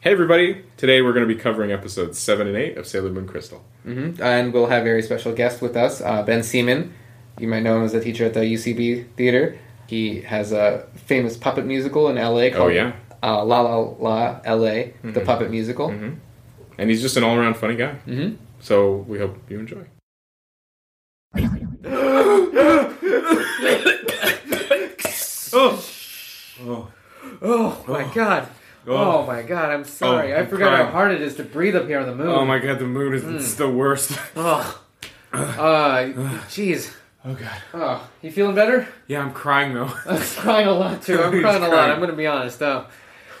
Hey everybody! Today we're going to be covering episodes seven and eight of Sailor Moon Crystal. hmm And we'll have a very special guest with us, uh, Ben Seaman. You might know him as a teacher at the UCB Theater. He has a famous puppet musical in LA called Oh yeah, Mm-hmm. uh, La La La LA, the puppet musical. and he's just an all-around funny guy. Mhm. So we hope you enjoy. oh, Oh my god. Oh. Oh my god, I'm sorry. Oh, I I'm forgot crying. how hard it is to breathe up here on the moon. oh my God! The moon is Mm. it's the worst. Oh. Uh, jeez. Oh God. Oh, you feeling better? Yeah, I'm crying though. I'm crying a lot too. I'm He's crying a lot. crying. I'm gonna be honest though.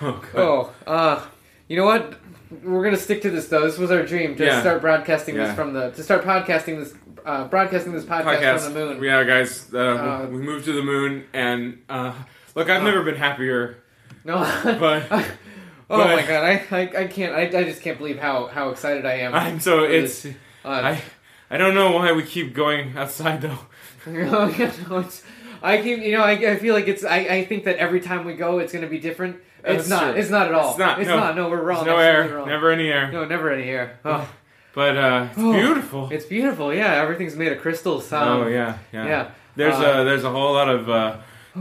Oh God. Oh, uh, you know what? We're gonna stick to this though. This was our dream to Yeah. start broadcasting Yeah. this from the to start podcasting this uh, broadcasting this podcast, Podcast. from the moon. Yeah, guys, uh, Uh, we moved to the moon, and uh, look, I've never been happier. No, But- oh but- my god, I, I, I can't. I, I just can't believe how how excited I am. I'm so for it's. this. Uh, I I don't know why we keep going outside though. no, it's, I keep, you know, I, I feel like it's. I, I think that every time we go, it's gonna be different. That's It's not. true. It's not at all. It's not, It's no. not. No, we're wrong. There's no Absolutely air, wrong. never any air. No, never any air. Oh, But uh, it's Oh. beautiful. it's beautiful. Yeah, everything's made of crystals. Um, oh yeah, yeah. yeah. There's Uh, oh. a there's a whole lot of uh,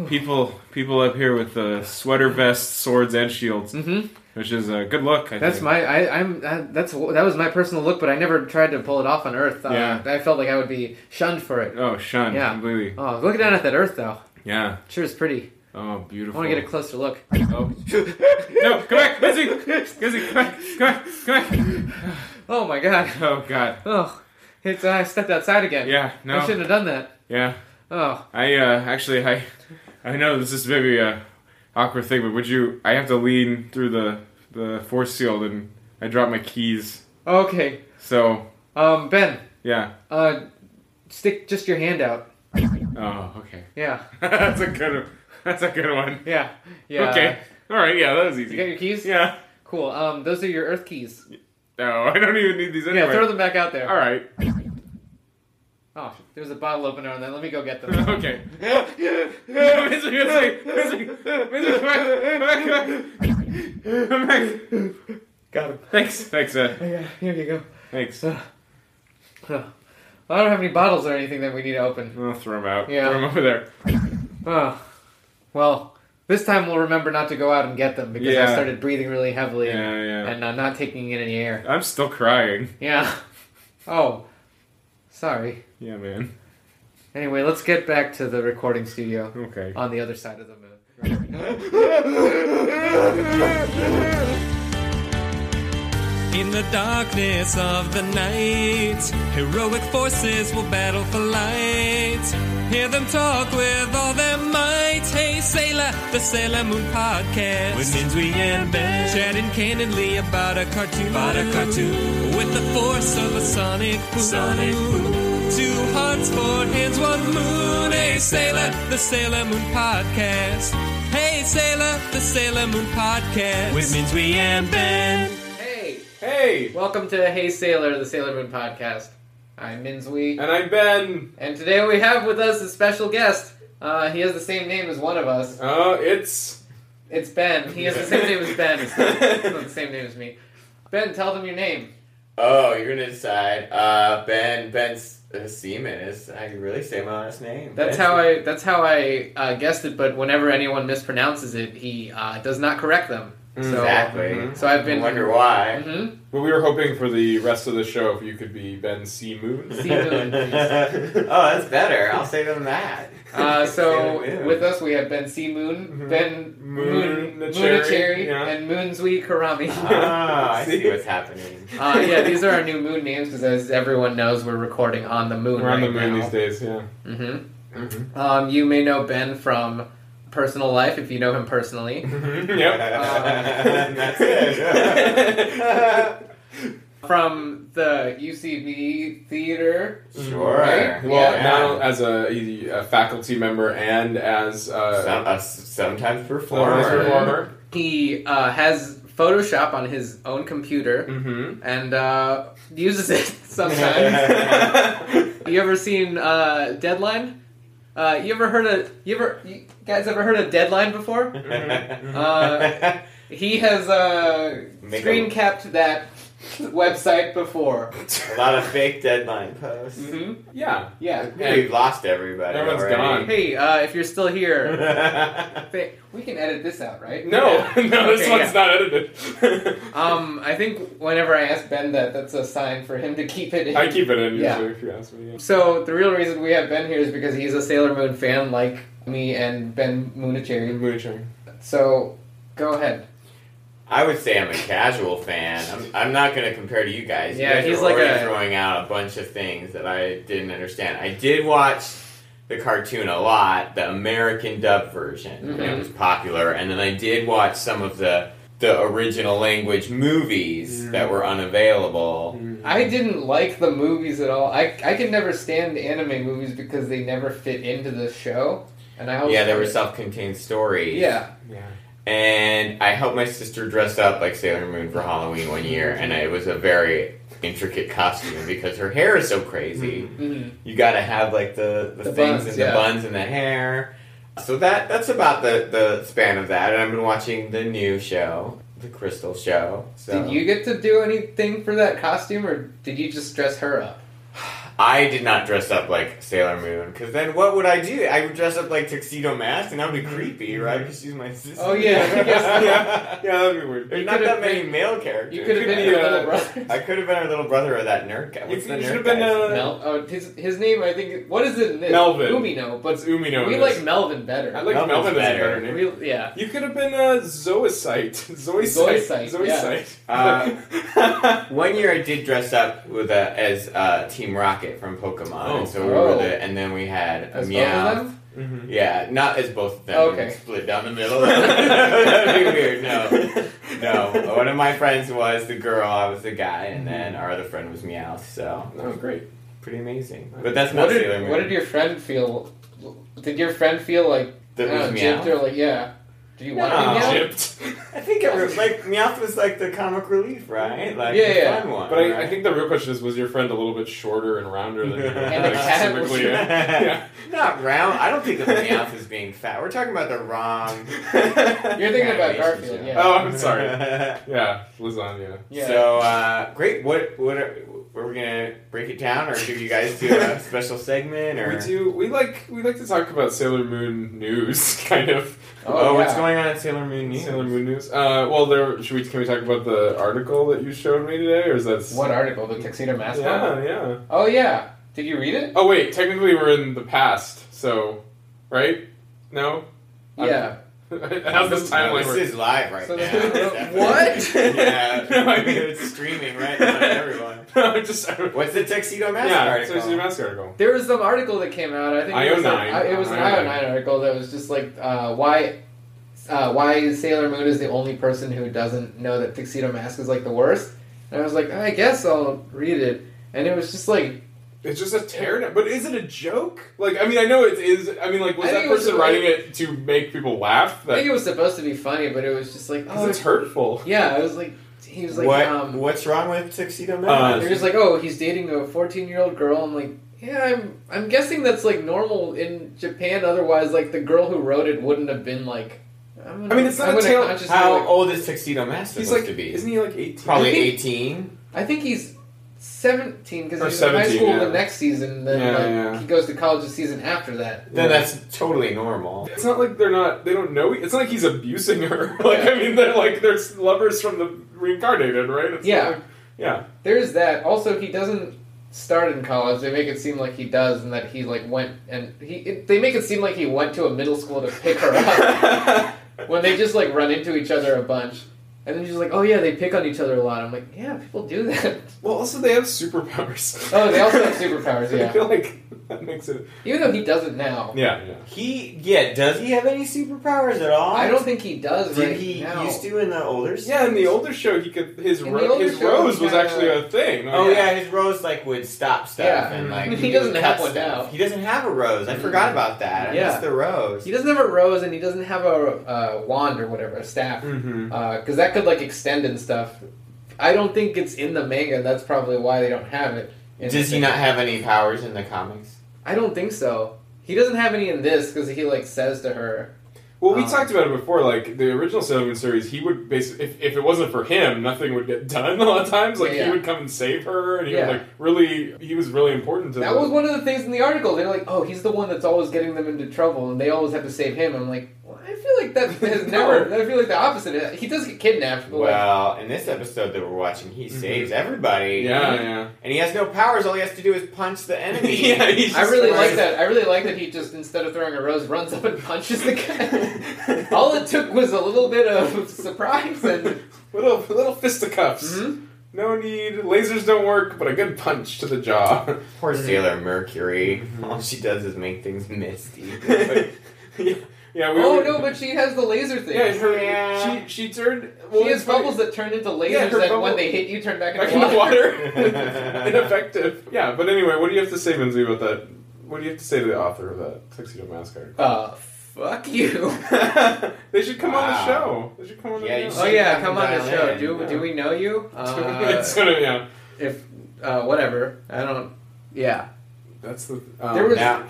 people people up here with uh, sweater vests, swords, and shields, Mhm. which is a good look. I That's think. my I, I'm I, that's that was my personal look, but I never tried to pull it off on Earth. Uh, Yeah. I felt like I would be shunned for it. oh shun Yeah. completely. Oh, look down at that Earth though. Yeah. Sure is pretty. Oh I beautiful. want to get a closer look. oh. no, come back, Lizzie, Lizzie, come back, come back, come back. Oh my god. Oh god. Oh, it's I stepped outside again. Yeah. No. I shouldn't have done that. Yeah. Oh, I uh, actually I I know this is maybe a awkward thing, but would you? I have to lean through the the force field, and I drop my keys. okay. So Um, Ben, yeah. uh, stick just your hand out. Oh, okay. Yeah, that's a good. One. That's a good one. yeah, yeah. Okay. All right. Yeah, that was You got easy. your keys? Yeah. Cool. Um, those are your Earth keys. No, I don't even need these anyway. Yeah, throw them back out there. All right. Oh, there's a bottle opener on that. Let me go get them. Okay. Misery, misery, misery, misery, come back, come back, come back. Come back. got them. Thanks. Thanks, Ed. Yeah, here you go. Thanks. Huh. I don't have any bottles or anything that we need to open. I'll throw them out. Yeah. Throw them over there. Oh. Well, this time we'll remember not to go out and get them because I Yeah. started breathing really heavily and, Yeah, yeah. and uh, not taking in any air. I'm still crying. Yeah. Oh. Sorry. Yeah, man. Anyway, let's get back to the recording studio Okay. on the other side of the moon. In the darkness of the night, heroic forces will battle for light. Hear them talk with all their might. Hey, Sailor, the Sailor Moon podcast. With Minzui and Ben. Chatting candidly about a cartoon. About a cartoon. With the force of a sonic boom. Sonic boom. Two hearts, four hands, one moon. Hey, Sailor, the Sailor Moon podcast. Hey, Sailor, the Sailor Moon podcast. With Minzui and Ben. Hey! Hey! Welcome to Hey Sailor, the Sailor Moon podcast. I'm Minzwee. And I'm Ben. And today we have with us a special guest. Uh, he has the same name as one of us. Oh, it's. It's Ben. He has the same name as Ben. It's not, it's not the same name as me. Ben, tell them your name. Oh, you're gonna decide. Uh, Ben Ben S- uh, Seaman is. I can really say my last name. That's Ben how Se- I. That's how I uh, guessed it. But whenever anyone mispronounces it, he uh, does not correct them. So, mm-hmm. Exactly. Mhm. So I've I been. wonder why. Mhm. Well, we were hoping for the rest of the show if you could be Ben C. Moon. See you doing oh, that's better. I'll say them that. Uh, so Say them in. with us we have Ben C Moon, Ben Mm-hmm. Moon Moon, Nacheri, Cherry, yeah. and Moonzui Karami. Ah, I see See? what's happening. uh, yeah, these are our new moon names because, as everyone knows, we're recording on the moon. We're on right the moon now. these days, Mm-hmm. yeah. Mhm. Um, you may know Ben from personal life if you know him personally. yep. Uh, that's it. from the UCB theater. sure. Right? Well, Yeah. now as a, e, a faculty member and as a Some, uh, sometimes performer. performer. performer. He uh, has Photoshop on his own computer Mm-hmm. and uh, uses it sometimes. you ever seen uh, Deadline? Uh, you ever heard of you ever you guys ever heard of Deadline before? Uh, He has uh, make Screen a, capped that website before. a lot of fake deadline posts. hmm Yeah. Yeah. We've lost everybody. Everyone's already. Hey, uh, if you're still here, gone. th- we can edit this out, right? No, Yeah. no, this Okay, one's not edited. Um, I think whenever I ask Ben that, that's a sign for him to keep it in. I keep it in Yeah. usually if you ask me. yeah. So the real reason we have Ben here is because he's a Sailor Moon fan, like me and Ben Moonacheri. Mooching. So go ahead. I would say I'm a casual fan. I'm, I'm not going to compare to you guys. Yeah, you guys he's are like already a- throwing out a bunch of things that I didn't understand. I did watch the cartoon a lot, the American dub version. when It Mhm. was popular, and then I did watch some of the the original language movies Mm. that were unavailable. I didn't like the movies at all. I I could never stand anime movies because they never fit into the show, and I always Yeah, there were self-contained stories. yeah. Yeah. And I helped my sister dress up like Sailor Moon for Halloween one year, and it was a very intricate costume because her hair is so crazy. Mhm. You got to have like the, the, The things buns, and the yeah. buns and the hair. So that that's about the, the span of that. And I've been watching the new show, the Crystal Show. So Did you get to do anything for that costume, or did you just dress her up? I did not dress up like Sailor Moon because then what would I do? I would dress up like Tuxedo Mask, and that would be creepy, right? Because she's my sister. Oh, yeah, I guess- yeah. Yeah, that'd be weird. There's You not could've that many been- male characters. You could have could been be, her uh, little brother. I could have been her little brother or that nerd guy. What's You- the you nerd should've been, guy's- uh, Mel. Oh, his, his name. I think. What is it? In this? Melvin. Umino, What's but Umino? we in like this? Melvin better. I like Melvin's Melvin as a better. better name. We- yeah. You could have been uh, a zoocyte. Zoicite. Zoicite, Zoicite. Uh, One year I did dress up with a, as uh, Team Rocket from Pokemon, Oh. and so we were Oh. the, and then we had a As both Meow. of them. Mhm. Yeah, not as both of them. Okay. We'd Split down the middle. That'd be weird. No, no. One of my friends was the girl. I was the guy, and then our other friend was Meow. So That was great. pretty amazing. But that's not what Sailor did, Moon. what did your friend feel? Did your friend feel like That I don't was know, Meowth? gypped or like yeah? Do you want Uh, No. to be meow? Gypped. I think it was like Meowth was like the comic relief, right? Like Yeah, the yeah. fun one. But I, I right? think the real question is was your friend a little bit shorter and rounder than you? And the Like, cat specifically, was- yeah. Not round. I don't think of Meowth as being fat. We're talking about the wrong. yeah. You're thinking about animation Garfield, show. yeah. Oh, I'm sorry. Yeah, lasagna. Yeah. So uh, great. What what are, were we gonna break it down, or do you guys do a special segment, or We do. We like. We like to talk about Sailor Moon news, kind of. oh, Oh, what's yeah. going on at Sailor Moon News? Sailor Moon news. Uh, well, there. Should we? Can we talk about the article that you showed me today, or is that What article? The tuxedo mask one? Yeah, yeah. Oh yeah. Did you read it? Oh wait, technically we're in the past, so right? No. I'm- Yeah. How's this No, timeline this work? is live right So now. this is- It's what? definitely- yeah, No, I mean- it's streaming right now to everyone. No, I'm just. I- What's the tuxedo mask yeah, article? so it's your mask article. There was some article that came out. I think it was, IO9. An, it was an IO9. IO9 article that was just like uh, why. Uh, why Sailor Moon is the only person who doesn't know that Tuxedo Mask is like the worst, and I was like, I guess I'll read it, and it was just like, It's just a teardown. But is it a joke? Like, I mean, I know it is. I mean, like, was I that think it was person a- writing it to make people laugh? I That think it was supposed to be funny, but it was just like, because oh, it's hurtful. Yeah, I was like, he was like, what, um, what's wrong with tuxedo Uh, they're mask? just like, oh, he's dating a 14 year old girl. I'm like, yeah, I'm, I'm guessing that's like normal in Japan. Otherwise, like the girl who wrote it wouldn't have been like. I'm gonna, I mean, it's not I'm a gonna tale- consciously, How like- old is tuxedo mask He's supposed like, to be? isn't he like eighteen? Probably I think- eighteen. I think he's 17 because Or he's in high 17, school yeah. the next season. Then Yeah, like, yeah. he goes to college the season after that. Then that's totally normal. It's not like they're not. They don't know. It's not like he's abusing her. like, I mean, they're like they're lovers from the reincarnated, right? It's not Yeah. like- yeah. There's that. Also, he doesn't start in college. They make it seem like he does, and that he like went and he. It, they make it seem like he went to a middle school to pick her up. when they just like run into each other a bunch. And then she's like, oh yeah, they pick on each other a lot. I'm like, yeah, people do that. Well, also they have superpowers. Oh, they also have superpowers, I yeah. feel like that makes it. Even though he doesn't now. Yeah, yeah. He yeah, does he have any superpowers at all? I don't think he does Did right he now. used to in the older? Yeah, in the seasons? older show, he could his In the ro- older his show, rose he was kinda- actually a thing. Oh yeah, his rose like would stop stuff Yeah. and like He would doesn't cut have one stuff. now. He doesn't have a rose. I forgot about that. I Yeah. missed the rose. He doesn't have a rose and he doesn't have a uh, wand or whatever, a staff. Hmm. Mm-hmm. Because that could like extend and stuff. I don't think it's in the manga. That's probably why they don't have it. in Does the he manga. not have any powers in the comics? I don't think so. He doesn't have any in this because he like says to her, Well, we Um, talked about it before. Like the original Cinnamon series, he would basically, if, if it wasn't for him, nothing would get done. A lot of times, like Yeah. he would come and save her, and he Yeah. would like really, he was really important to That the- was one of the things in the article. They're like, "Oh, he's the one that's always getting them into trouble, and they always have to save him." I'm like, well, I feel like that has No. never. I feel like the opposite. He does get kidnapped. But like, Well, in this episode that we're watching, he saves everybody. Yeah, yeah. And he has no powers. All he has to do is punch the enemy. Yeah, he's I really Surprise. like that. I really like that he just instead of throwing a rose, runs up and punches the guy. All it took was a little bit of surprise and little little fisticuffs. Mhm. No need. Lasers don't work, but a good punch to the jaw. Poor Sailor Mercury. Mm-hmm. All she does is make things misty. yeah, yeah. We oh were- no, but she has the laser thing. yeah, her, Yeah. She she turned. Well, she has it's funny. bubbles that turn into lasers Yeah, her that bubble- when they hit you turn back back into in the water. water. Ineffective. Yeah, but anyway, what do you have to say, Lindsay, about that? What do you have to say to the author of that tuxedo mask article? Uh, fuck you. they should come on the Wow. show. They should come on Yeah, the you Oh show. should. yeah, come on the Dial show. in, Do yeah. do we know you? Uh, it's gonna, yeah. if uh, whatever, I don't. Yeah, That's the. Um, There was- now,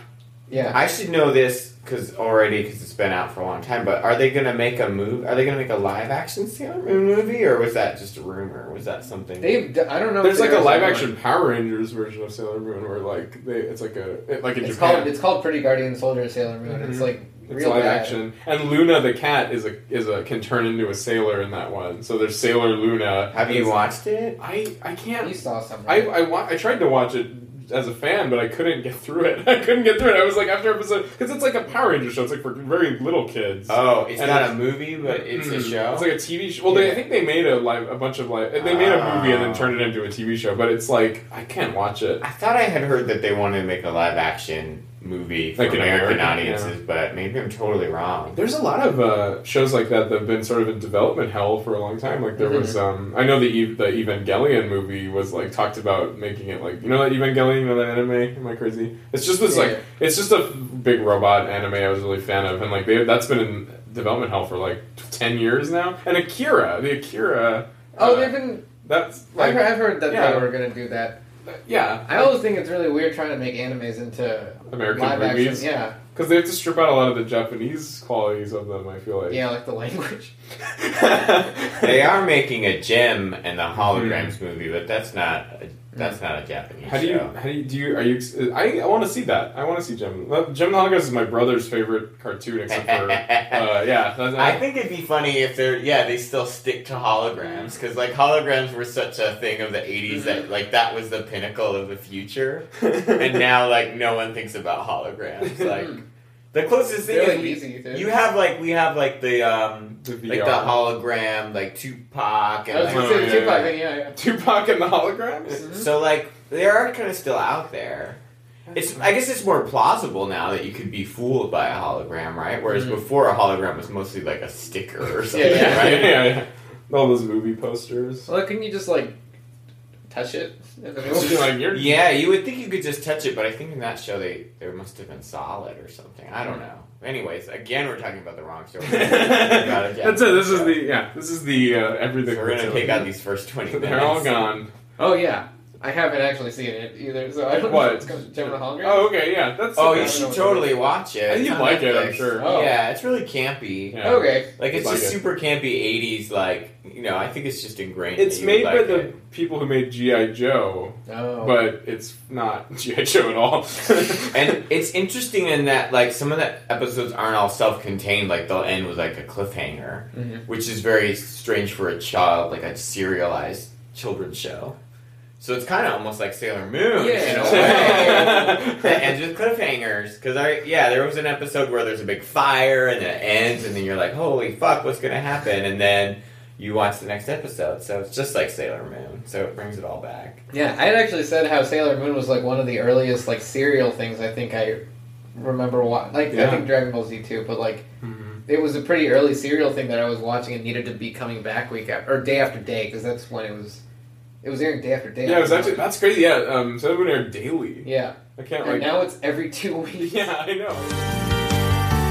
yeah. I should know this because already because it's been out for a long time. But are they gonna make a move? Are they gonna make a live action Sailor Moon movie, or was that just a rumor? Was that something? They've. d- I don't know. if there's like a there is live one. action Power Rangers version of Sailor Moon where like they, it's like a it- like in It's Japan. called. It's called Pretty Guardian Soldier Sailor Moon. It's Mhm. like It's real live bad. action, and Luna the cat is a is a can turn into a sailor in that one. So there's Sailor Luna. Have you It's- watched it? I I can't. You saw some. I Right? I, wa- I tried to watch it as a fan, but I couldn't get through it. I couldn't get through it. I was like after episode because it's like a Power Ranger show. It's like for very little kids. Oh, it's And not it's- a movie, but it's a Mm. show. It's like a TV show. Well, they, I Yeah. think they made a live, a bunch of live. They made a movie and then Ah. turned it into a TV show. But it's like I can't watch it. I thought I had heard that they wanted to make a live action movie for Like an American American, audiences, but maybe I'm totally wrong. There's a lot of uh, shows like that that have been sort of in development hell for a long time. Like there was, um, Mm-hmm. I know the Ev- the Evangelion movie was like talked about making it like you know that Evangelion, you know that anime. Am I crazy? It's just this Yeah. like it's just a big robot anime. I was really a fan of, and like they, that's been in development hell for like ten years now. And Akira, the Akira. oh, uh, they've been. that's I've, like heard- I've heard that yeah. they were gonna do that. yeah, I always think it's really weird trying to make animes into American live movies. action. Yeah, because they have to strip out a lot of the Japanese qualities of them. I feel like yeah, like the language. they are making a Jim and the Holograms movie, but that's not a, that's not a Japanese Hmm. How do you? show. How do you? Do you? Are you? ex- I, I want to see that. I want to see Gem. Gem the Holograms is my brother's favorite cartoon, except for uh, yeah. That's, I think it'd be funny if they're yeah they still stick to holograms because like holograms were such a thing of the 80s that Mm-hmm. like that was the pinnacle of the future and now like no one thinks about holograms Hmm. like the closest thing They're is like we- easy. To, You have like we have like the um The like the VR. hologram like Tupac I and was like, gonna Oh, say the yeah, Tupac yeah. thing. Yeah, yeah. Tupac and the Holograms. so like they are kind of still out there. It's I guess it's more plausible now that you could be fooled by a hologram, right? Whereas before a hologram was mostly like a sticker or something, Yeah, Mm. yeah, right? yeah, yeah. All those movie posters. Well, can you just like touch it? Just be like, you're- Yeah, you would think you could just touch it, but I think in that show they there must have been solid or something. I don't know. Anyways, again we're talking about the wrong show. We're talking about a That's it. This is show. the yeah. This is the uh, everything. So we're gonna cartoon. take out these first twenty minutes. They're all gone. Oh yeah, I haven't actually seen it either, so I don't know What? if it's going to Gemini Hungry. Oh, okay, yeah. That's Oh, okay. you should totally watch it. I think It's you'd on like it, I'm Netflix. sure. Oh. Yeah, it's really campy. Yeah. okay. Like it's You'd just like it. super campy '80s. Like you know, I think it's just ingrained. It's that you would made by like the it. people who made GI Joe, Oh. but it's not GI Joe at all. And it's interesting in that like some of the episodes aren't all self-contained. Like they'll end with like a cliffhanger, Mhm. which is very strange for a child, like a serialized children's show. So it's kind of almost like Sailor Moon in a way. that ends with cliffhangers because I yeah there was an episode where there's a big fire and then it ends and then you're like holy fuck what's gonna happen and then you watch the next episode so it's just like Sailor Moon so it brings it all back Yeah, I had actually said how Sailor Moon was like one of the earliest like serial things I think I remember watching. Like I Yeah. Mm-hmm. think Dragon Ball Z too, but like it was a pretty early serial thing that I was watching and needed to be coming back week after or day after day because that's when it was. It was airing day after day. Yeah, it was actually that's crazy. Yeah, um, so everyone aired daily. Yeah, I can't and like. now it's every two weeks. yeah, I know.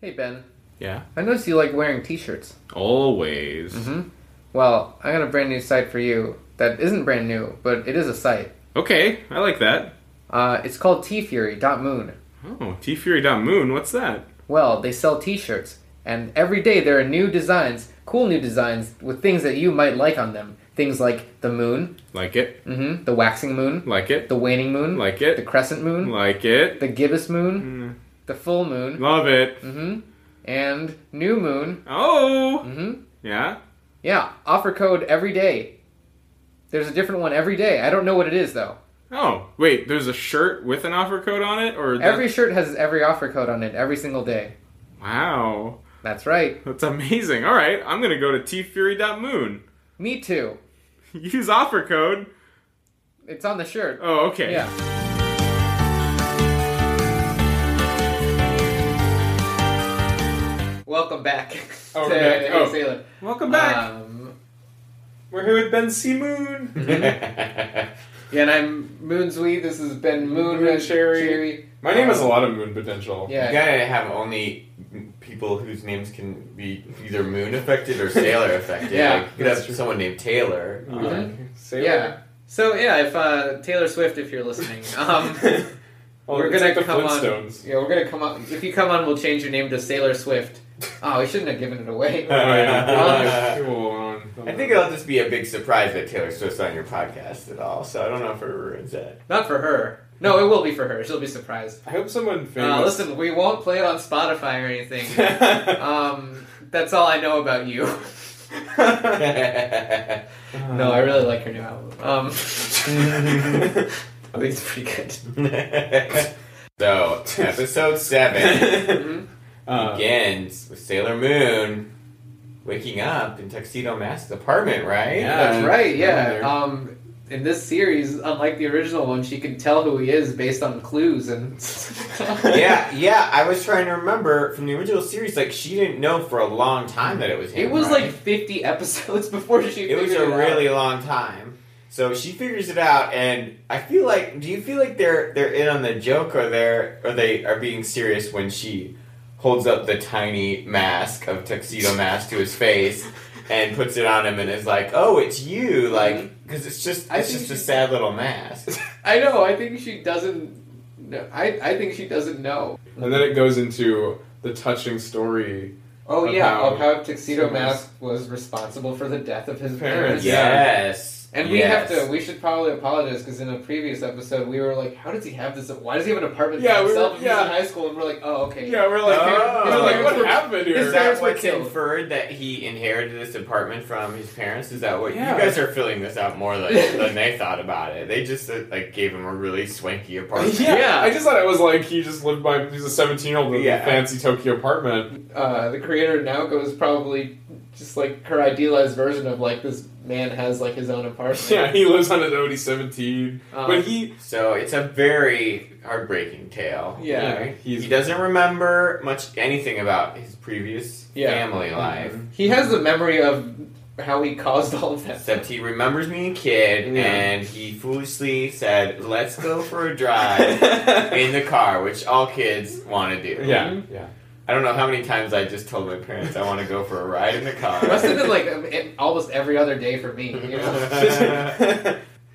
Hey Ben, Yeah, I noticed you like wearing T-shirts. always. Mm-hmm. Well, I got a brand new site for you that isn't brand new, but it is a site. Okay, I like that. Uh, it's called T Fury dot Moon. Oh, T Fury dot Moon. What's that? Well, they sell T-shirts, and every day there are new designs, cool new designs with things that you might like on them. Things like the moon, Like it. hmm the waxing moon, Like it. the waning moon, Like the it. crescent moon, Like it. the gibbous moon, Mm, the full moon, Love it. Mm-hmm. hmm and new moon. Oh. Mm-hmm. hmm Yeah. Yeah, offer code every day. There's a different one every day. I don't know what it is though. Oh, wait. There's a shirt with an offer code on it, or that- Every shirt has every offer code on it every single day. Wow, That's right. that's amazing. All right, I'm gonna go to tfury.moon. Me too. Use offer code. It's on the shirt. Oh, okay. Yeah. Welcome back Oh, to we're back. Hey Oh. Sailor. Welcome back. Um, We're here with Ben C. Moon. yeah, and I'm Moonswee. This has been Moon, Moon and Cherry. Cherry. My name has a lot of moon potential. Yeah. You gotta have only people whose names can be either moon affected or sailor affected. Yeah, like, you could that's have true. Uh-huh. someone named Taylor. You Uh, like Sailor? Uh-huh. Yeah. So yeah, if uh, Taylor Swift, if you're listening, um, Oh, We're it's gonna like the come on- Flintstones. yeah, we're gonna come on. If you come on, we'll change your name to Sailor Swift. Oh, we shouldn't have given it away. Oh, yeah. Uh, Cool, on. I think it'll just be a big surprise that Taylor Swift's on your podcast at all. So I don't know if it ruins that. Not for her. No, it will be for her. She'll be surprised. I hope someone Uh, famous. listen, we won't play it on Spotify or anything. Um, that's all I know about you. Um, no, I really like her new album. Um, I think it's pretty good. so episode seven Uh, begins with Sailor Moon waking up in Tuxedo Mask's apartment. Right? Yeah. That's right. Yeah. Wonder. Um, in this series, unlike the original one, she can tell who he is based on clues and. yeah, yeah. I was trying to remember from the original series, like she didn't know for a long time that it was him. It was right? like 50 episodes before she. it was figured a out. really long time. So she figures it out, and I feel like, do you feel like they're they're in on the joke, or they're or they are being serious when she holds up the tiny mask of tuxedo mask to his face and puts it on him and is like, "Oh, it's you!" Like, because it's just I it's think just a she- sad little mask. I know. I think she doesn't. No, I I think she doesn't know. and then it goes into the touching story. Oh Of yeah, how- of how Tuxedo Tuxedo Mask. Mask was responsible for the death of his Parents, parents. yeah. yes, And we have to. We should probably apologize because in a previous episode we were like, "How does he have this? Why does he have an apartment Yeah, by we were- himself? He's yeah. in high school." And we're like, "Oh, okay." Yeah, we're like, Oh. we're like, what His happened here? Is parents that were what's killed. inferred that he inherited this apartment from his parents? Is that what Yeah. you guys are filling this out more than, than they thought about it? They just uh, like gave him a really swanky apartment. Yeah, Yeah. I just thought it was like he just lived by. He's a seventeen-year-old in a Yeah. fancy Tokyo apartment. Uh, the creator of Naoko is probably just like her idealized version of like this man has like his own apartment. Yeah, he lives on his own. He's seventeen, Um, but he So it's a very heartbreaking tale. Yeah. right? He's- he doesn't remember much anything about his previous Yeah. family life, He has the memory of how he caused all of that. except he remembers being a kid Yeah. and he foolishly said, "Let's go for a drive." uh, In the car, which all kids want to do. yeah, yeah. I don't know how many times I just told my parents I want to go for a ride in the car. Must have been like um, it- almost every other day for me. You know?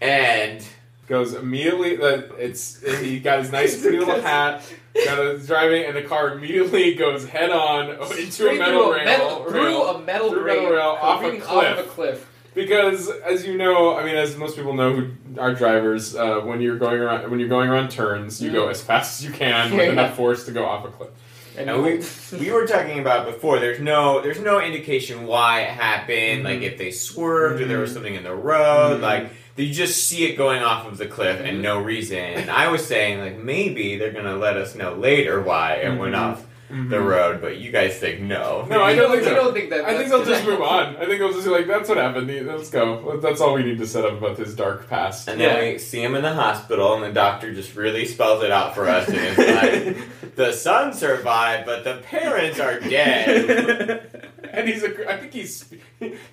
and Goes immediately. That it's he got his nice pretty little hat. Got his driving, and the car immediately goes head on into a Straight metal through rail, a metal, through rail. a metal Through a rail, metal rail, off a reading of a cliff. because as you know, I mean, as most people know who are drivers, uh, when you're going around when you're going around turns, you Mm. go as fast as you can with Yeah. enough force to go off a cliff. and we we were talking about before. There's no there's no indication why it Mm-hmm. happened. Like if they swerved or there was something in the road. Mhm. Like you just see it going off of the cliff Mm-hmm. and no reason. And I was saying like maybe they're gonna let us know later why it Mm-hmm. went Mhm. off the road, but you guys think no. No, I You don't don't- think you so. don't think that- I think that's they'll just correct. move on. I think they'll just be like, "That's what happened. Let's go. That's all we need to set up about this dark past." And then Yeah. we see him in the hospital, and the doctor just really spells it out for us. And it's like, the son survived, but the parents are dead. and he's a. I think he's.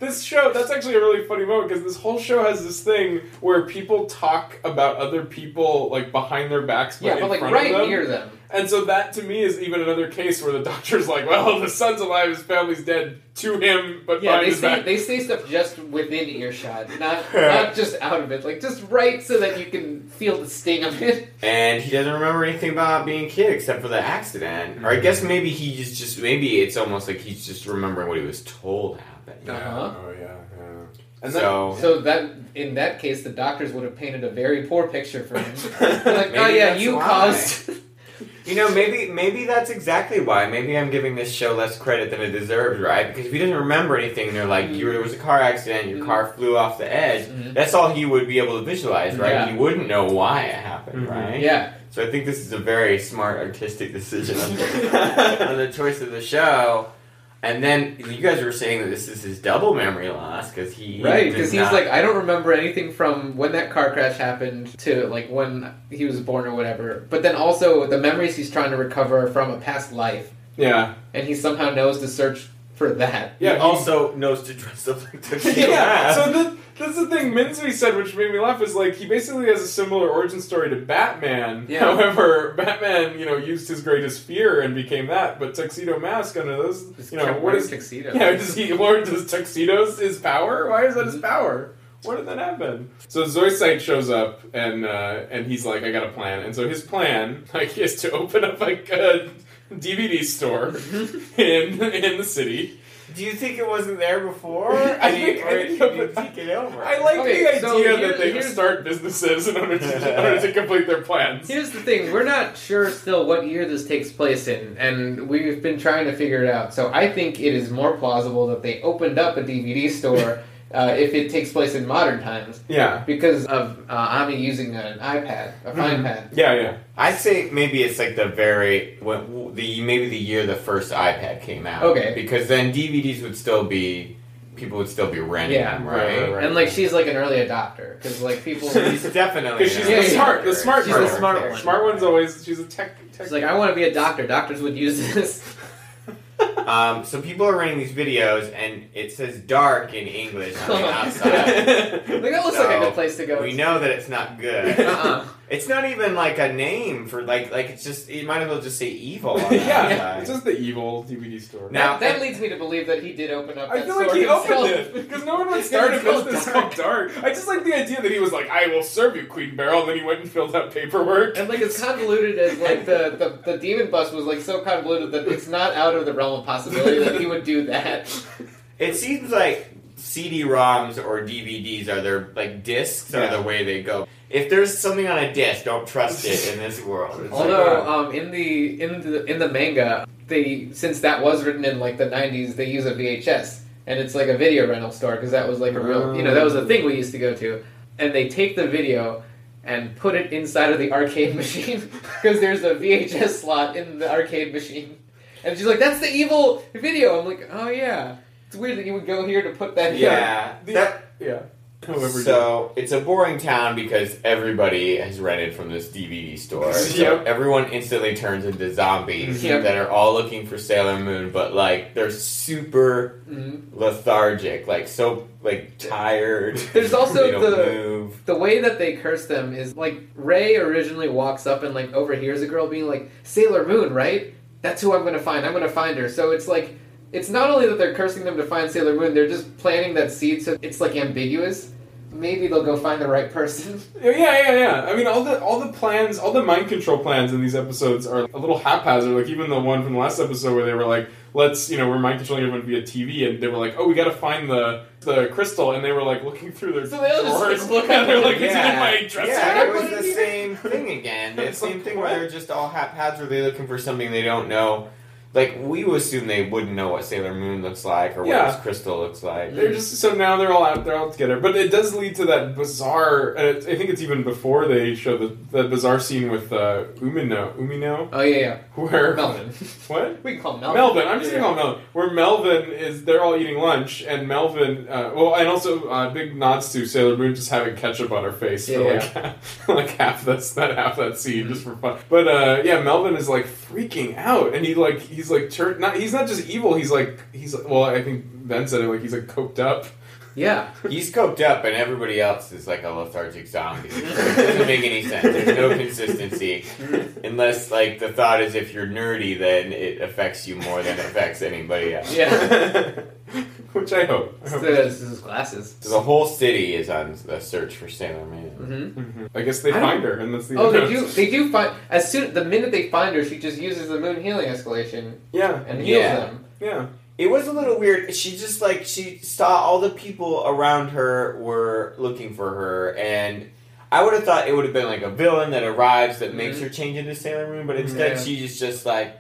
this show that's actually a really funny moment because this whole show has this thing where people talk about other people like behind their backs, but yeah, in but like front right of them. near them. And so that to me is even another case where the doctor's like, well, the son's alive, his family's dead to him, but Yeah, behind they his say, back. they say stuff just within earshot, not not just out of it. Like just right so that you can feel the sting of it. And he doesn't remember anything about being a kid except for the accident. Or I guess maybe he just, just maybe it's almost like he's just remembering what he was told happened. Yeah, Uh-huh. Oh yeah, yeah. so So that in that case, the doctors would have painted a very poor picture for him. They're like, Maybe oh yeah, that's you why." caused. you know, maybe maybe that's exactly why. Maybe I'm giving this show less credit than it deserves, right? Because if he doesn't remember anything, they're like, you there was a car accident, your Mhm. car flew off the edge. Mhm. That's all he would be able to visualize, right? Yeah. He wouldn't know why it happened, Mhm. right? Yeah, So I think this is a very smart artistic decision on the, on the choice of the show. And then you guys were saying that this is his double memory loss because he right. did Because he's not- like, I don't remember anything from when that car crash happened to like when he was born or whatever. But then also the memories he's trying to recover are from a past life, Yeah. and he somehow knows to search for that. he Yeah, he- also knows to dress up like the yeah. So the, that's the thing Minsby said, which made me laugh, is like he basically has a similar origin story to Batman. Yeah. However, Batman, you know, used his greatest fear and became that, but Tuxedo Mask under those, Just you know, kept what wearing is? tuxedo? Yeah, does he? Or does tuxedos his power? Why is that Mm-hmm. his power? Where did that happen? So Zoisite shows up and uh, and he's like, I got a plan. And so his plan, like, is to open up like a DVD store Mm-hmm. in in the city. Do you think it wasn't there before? I Did- think- I or think- did you take it over. I like Okay, the idea so here- that they would here's- start businesses in order to, in order to complete their plans. Here's the thing: we're not sure still what year this takes place in, and we've been trying to figure it out. So I think it is more plausible that they opened up a DVD store uh, if it takes place in modern times Yeah. because of uh, Ami using an iPad, a fine pad. Yeah, yeah. I say maybe it's like the very when, the maybe the year the first iPad came out. Okay. because then DVDs would still be people would still be renting Yeah. them, Right, right, right. And like she's like an early adopter because like people, She's she's definitely 'Cause she's an the adopter. smart- the smart She's the one. smart one. Smart one's always, she's a tech. tech like, I want to be a doctor. Doctors would use this. Um, so people are renting these videos, and it says dark in English on the Oh. outside. Like that looks like a So, good place to go. We know that it's not good. Uh-uh. It's not even like a name for like like it's just you might as well just say evil. On the yeah, outside. it's just the evil DVD store. Now- that, that leads me to believe that he did open up. I that feel like store he opened himself. it because no one would start a It's called business Dark. called Dark. I just like the idea that he was like, "I will serve you, Queen Barrel," and then he went and filled out paperwork. And like as convoluted as like the, the, the demon bus was like so convoluted that it's not out of the realm of possibility that he would do that. It seems like CD-ROMs or DVDs are their like discs Yeah. are the way they go. If there's something on a disc, don't trust it in this world. It's Although like, uh, um, in the in the in the manga, they since that was written in like the '90s, they use a VHS and it's like a video rental store because that was like a real you know that was a thing we used to go to, and they take the video. And put it inside of the arcade machine because there's a VHS slot in the arcade machine. And she's like, "That's the evil video." I'm like, "Oh yeah, it's weird that you would go here to put that." yeah, here." The- That- yeah. However, so it's a boring town because everybody has rented from this DVD store. So Yep. Mm-hmm. everyone instantly turns into zombies Yep. that are all looking for Sailor Moon, but like they're super Mhm. lethargic, like so like tired. There's also They don't the- move. The way that they curse them is like Ray originally walks up and like overhears a girl being like Sailor Moon, right? That's who I'm gonna find. I'm gonna find her. So it's like it's not only that they're cursing them to find Sailor Moon, they're just planting that seed so it's like ambiguous. Maybe they'll go find the right person. Yeah, yeah, yeah, yeah. I mean, all the all the plans, all the mind control plans in these episodes are a little haphazard. Like even the one from the last episode where they were like, "Let's," you know, we're mind controlling everyone via TV, and they were like, "Oh, we got to find the the crystal," and they were like looking through their So they all just, drawers, like, look and they're like, at it. "It's in my dresser." Yeah, it was What the do you- same thing again. The It's same like, thing where they're just all haphazardly looking for something they don't know. Like we would assume they wouldn't know what Sailor Moon looks like or what Yeah. this crystal looks like. They're just so now they're all out they're all together, but it does lead to that bizarre. And it, I think it's even before they show the that bizarre scene with uh, Umino, Umino, Oh yeah, yeah. where Melvin. what? we can call him Melvin. Melvin. I'm just gonna call him Melvin. Where Melvin is, they're all eating lunch, and Melvin. Uh, well, and also uh, big nods to Sailor Moon just having ketchup on her face for Yeah. like like half that's that half that scene just for fun. But uh, yeah, Melvin is like freaking out, and he like he he's like tur- not he's not just evil. He's like he's like, well, I think Ben said it like he's like coked up. Yeah. He's coked up, and everybody else is like a lethargic zombie. It doesn't make any sense. There's no consistency, unless like the thought is if you're nerdy, then it affects you more than it affects anybody else. Yeah. Which I hope. I, It's hope. the- it's his glasses. So the whole city is on a search for Sailor Moon. Mm-hmm. I guess they I don't- find her, and that's the Oh, end they of it. do. They do find as soon the minute they find her, she just uses the moon healing escalation Yeah, and heals Yeah. them. yeah. It was a little weird. She just like she saw all the people around her were looking for her, and I would have thought it would have been like a villain that arrives that makes Mm-hmm. Mhm. her change into Sailor Moon, but instead Yeah. she's just, just like,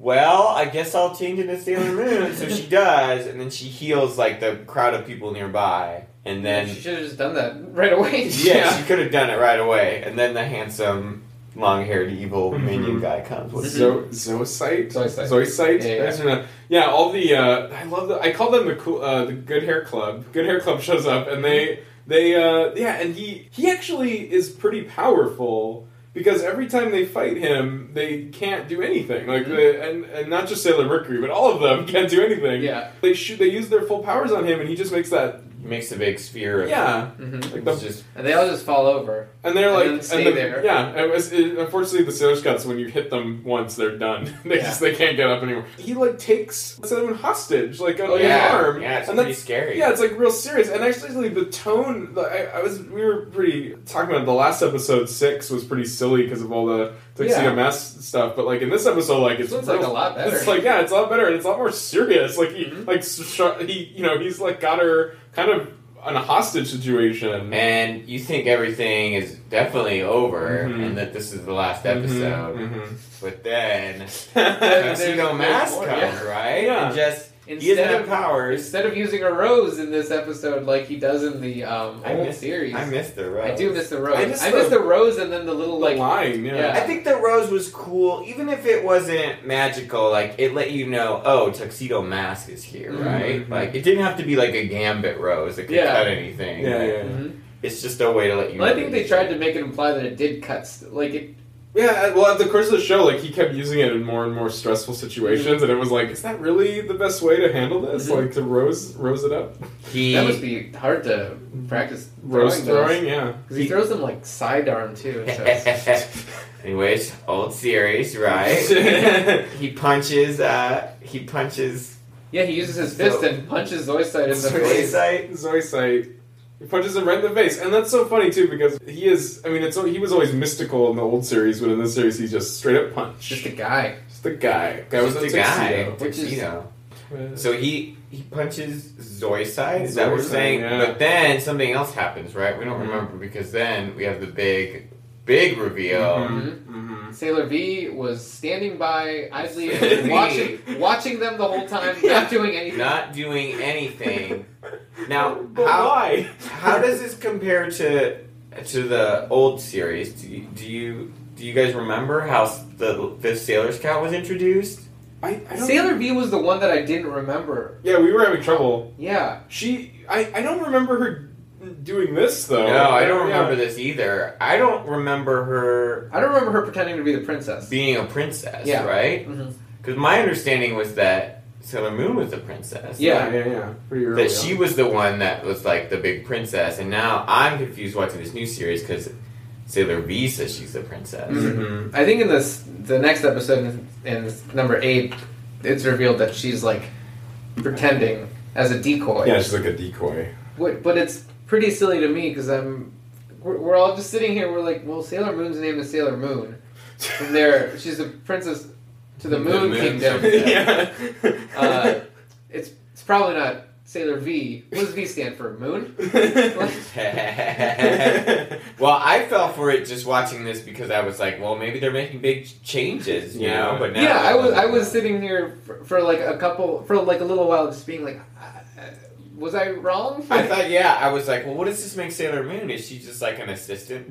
well, I guess I'll change into Sailor Moon. so she does, and then she heals like the crowd of people nearby, and then she should have just done that right away. yeah, she could have done it right away, and then the handsome, long-haired, evil Mm-hmm. minion guy comes. with her. Zo- Zoisite? Zoisite. Zoisite? Yeah, yeah. That's right. Yeah, all the, uh, I love the, I call them the cool, uh, the Good Hair Club. Good Hair Club shows up and they, they, uh, yeah, and he, he actually is pretty powerful because every time they fight him, they can't do anything. Like, Mm-hmm. the, and, and not just Sailor Mercury, but all of them can't do anything. Yeah. They shoot, they use their full powers on him and he just makes that, He makes a big sphere. Of, yeah. hmm Like the It's just And they all just fall over. and they're And like, then stay and the- there. Yeah, it was, it, unfortunately, the Sailor Scouts, when you hit them once, they're done. they Yeah. just they can't get up anymore. He like takes Cinnamon hostage, like Oh, on like, yeah, an arm. Yeah, it's and pretty that's, scary. yeah, it's like real serious. And actually, the tone, the, I, I was, we were pretty talking about the last episode six was pretty silly because of all the like Yeah. CMS stuff. But like in this episode, like it's This one's like real- a lot better. It's like yeah, it's a lot better and it's a lot more serious. Like he Mhm. like s- sh- he you know he's like got her kind of in a hostage situation. and you think everything is definitely over Mhm. and that this is the last Mhm, episode, mhm. but then There's- Tuxedo there's Mask more, comes, yeah. right? Yeah. And just he doesn't Instead have of powers. instead of using a rose in this episode like he does in the um, I old miss- series, I miss the rose. I do miss the rose. I I miss miss, the- the, rose and then the little like line, I yeah. think the rose was cool, even if it wasn't magical. Like it let you know, oh, Tuxedo Mask is here, Mhm. right? Like it didn't have to be like a gambit rose that could Yeah. cut anything. Yeah, yeah. Mhm. It's just a way to let you. Well, I know think that they he's tried here. to make it imply that it did cut st- like it. Yeah, uh, well, at the course of the show, like he kept using it in more and more stressful situations, Mm-hmm. and it was like, is that really the best way to handle this? Mhm. Like to rose rose it up, He That must be hard to practice rose throwing, those. yeah. 'Cause he throws them like sidearm too. So it's- Anyways, old series, right? he punches. Uh, he punches. yeah, he uses his fist So- and punches Zoisite in the face. Zoisite. Zoisite he punches him right in the face, and that's so funny too because he is. I mean, it's he was always mystical in the old series, but in this series, he's just straight up punch. Just a guy. Just the guy. Guy was Just in a a guy. tuxedo. which is- Tuxedo. Uh, So he he punches Zoisite. Is that what we're Zoisite, saying? yeah. Mm-hmm. But then something else happens, right? We don't remember because then we have the big, big reveal. Mm-hmm. mhm, mhm. Sailor V was standing by idly Sailor V. watching watching them the whole time, not doing anything. Not doing anything. Now, But how why? How does this compare to to the old series? Do you do you, do you guys remember how s- the fifth Sailor Scout was introduced? I, I don't, Sailor V was the one that I didn't remember. yeah, we were having trouble. Yeah. She, I, I don't remember her doing this though. no, I don't Yeah. remember this either. I don't remember her I don't remember her pretending to be the princess. being a princess, Yeah. right? Mm-hmm. Mhm. Because my understanding was that Sailor Moon was a princess. Yeah. Yeah, yeah, yeah. Pretty early That she on. was the one that was like the big princess, and now I'm confused watching this new series because Sailor V says she's the princess. Mhm. Mm-hmm. I think in this the next episode in, in number eight, it's revealed that she's like pretending as a decoy. Yeah, she's like a decoy. Wh- But it's pretty silly to me because I'm. We're, we're all just sitting here. We're like, well, Sailor Moon's name is Sailor Moon. From there, she's a princess to the The Moon moon Kingdom. kingdom. yeah. Uh, it's it's probably not Sailor V. What does V stand for? Moon. Well, I fell for it just watching this because I was like, well, maybe they're making big changes, you Yeah. know. But now yeah, I was I was sitting here for, for like a couple for like a little while, just being like, uh, was I wrong? I thought, yeah, I was like, well, what does this make Sailor Moon? Is she just like an assistant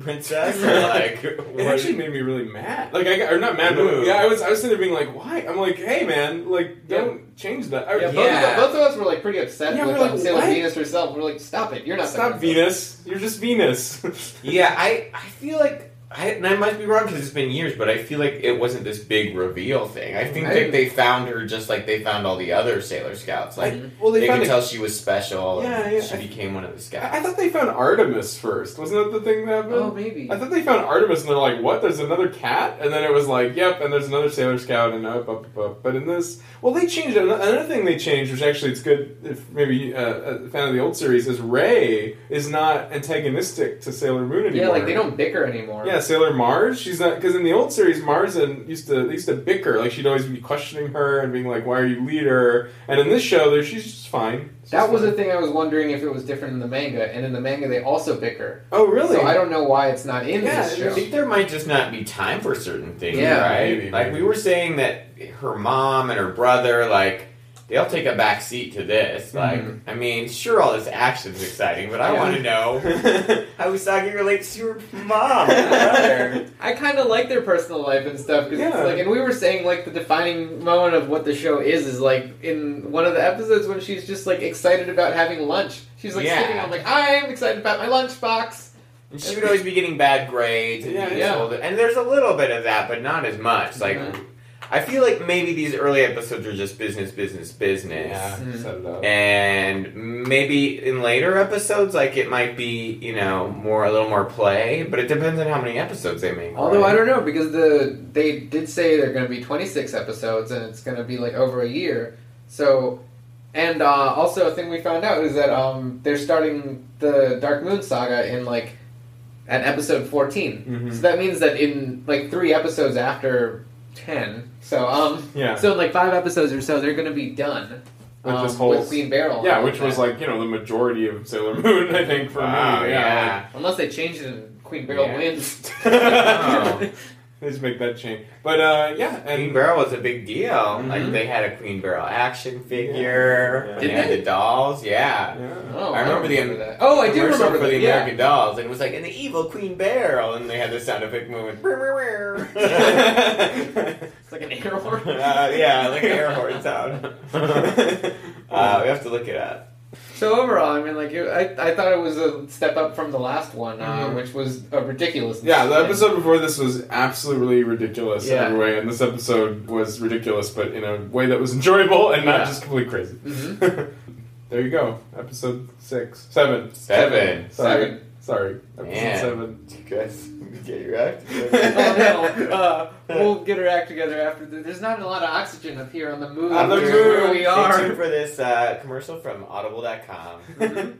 princess? Or, like, It what- actually made me really mad. Like I got, or not mad, Ooh. but yeah, I was I was sitting there being like, why? I'm like, hey man, like don't change that. I, Yeah, both, Yeah. Of, both of us were like pretty upset Yeah, with we're like, um, Sailor what? Venus herself. We're like, stop it, you're not the Stop princess." Venus. You're just Venus. yeah, I I feel like I, and I might be wrong because it's been years, but I feel like it wasn't this big reveal thing. I think I that didn't- they found her just like they found all the other Sailor Scouts. Like I- well, they they, found could a- tell she was special. and Yeah, yeah, she I- became one of the I, Scouts. I thought they found Artemis first. Wasn't that the thing that happened? Oh, maybe. I thought they found Artemis and they're like, what? There's another cat? And then it was like, yep, and there's another Sailor Scout and oh, up, up, up, up. But in this, well, they changed it. Another thing they changed, which actually it's good if maybe uh, a fan of the old series, is Ray is not antagonistic to Sailor Moon anymore. Yeah, like they don't bicker anymore. Yeah, Sailor Mars. She's not because in the old series, Mars and used to they used to bicker. Like she'd always be questioning her and being like, "Why are you leader?" And in this show, there she's just fine. She's That was fine. the thing I was wondering if it was different in the manga, and in the manga they also bicker. oh really? So I don't know why it's not in Yeah, this I show. think there might just not be time for certain things, Yeah. right? Maybe, like maybe. we were saying that her mom and her brother, like they all take a back seat to this. Like, Mhm. I mean, sure, all this action's exciting, but I Yeah. want to know how Usagi relates to her mom and brother. I kind of like their personal life and stuff because Yeah. it's like, and we were saying like the defining moment of what the show is is like in one of the episodes when she's just like excited about having lunch. She's like Yeah. sitting, I'm like, I'm excited about my lunch box. And she would always be getting bad grades. And, Yeah, being yeah. told- and there's a little bit of that, but not as much. Like, Mhm. I feel like maybe these early episodes are just business, business, business. yeah, Mm. set it up. and maybe in later episodes like it might be you know more a little more play but it depends on how many episodes they make Although right? I don't know because the they did say they're going to be 26 episodes and it's going to be like over a year. So, and uh, also a thing we found out is that um, they're starting the Dark Moon saga in like at episode 14. Mhm. So that means that in like three episodes after 10. So um, Yeah. so in like five episodes or so, they're going to be done With um, this whole- with Queen Barrel. yeah, which was like you know the majority of Sailor Moon, I think for Wow, me. yeah. unless they changed it and Queen Barrel Yeah. wins. yeah. Oh. They just make that change. But uh, yeah, Queen and Barrel was a big deal. Like Mhm. they had a Queen Barrel action figure. Yeah. They Did had they? the dolls. Yeah, yeah. Oh, I remember don't the- that. Oh, I do Commercial remember for that, the yeah. American Dolls, and it was like, and the evil Queen Barrel, and they had the sound effect movement. It's like an air horn. Uh, yeah, like an air horn sound. uh, we have to look it up. So overall, I mean, like, it, I, I thought it was a step up from the last one, uh, Mhm. which was a ridiculous. Yeah, the episode before this was absolutely ridiculous Yeah. in every way, and this episode was ridiculous, but in a way that was enjoyable and Yeah. not just completely crazy. Mhm. there you go. Episode six, seven. Seven. Sorry, Seven. sorry. Episode Man. seven. You guys get your act oh no! Uh, we'll get her act together after. The, there's not a lot of oxygen up here on the moon. On the where- moon, where we Stay tuned are. for this uh, commercial from audible.com. Mm-hmm.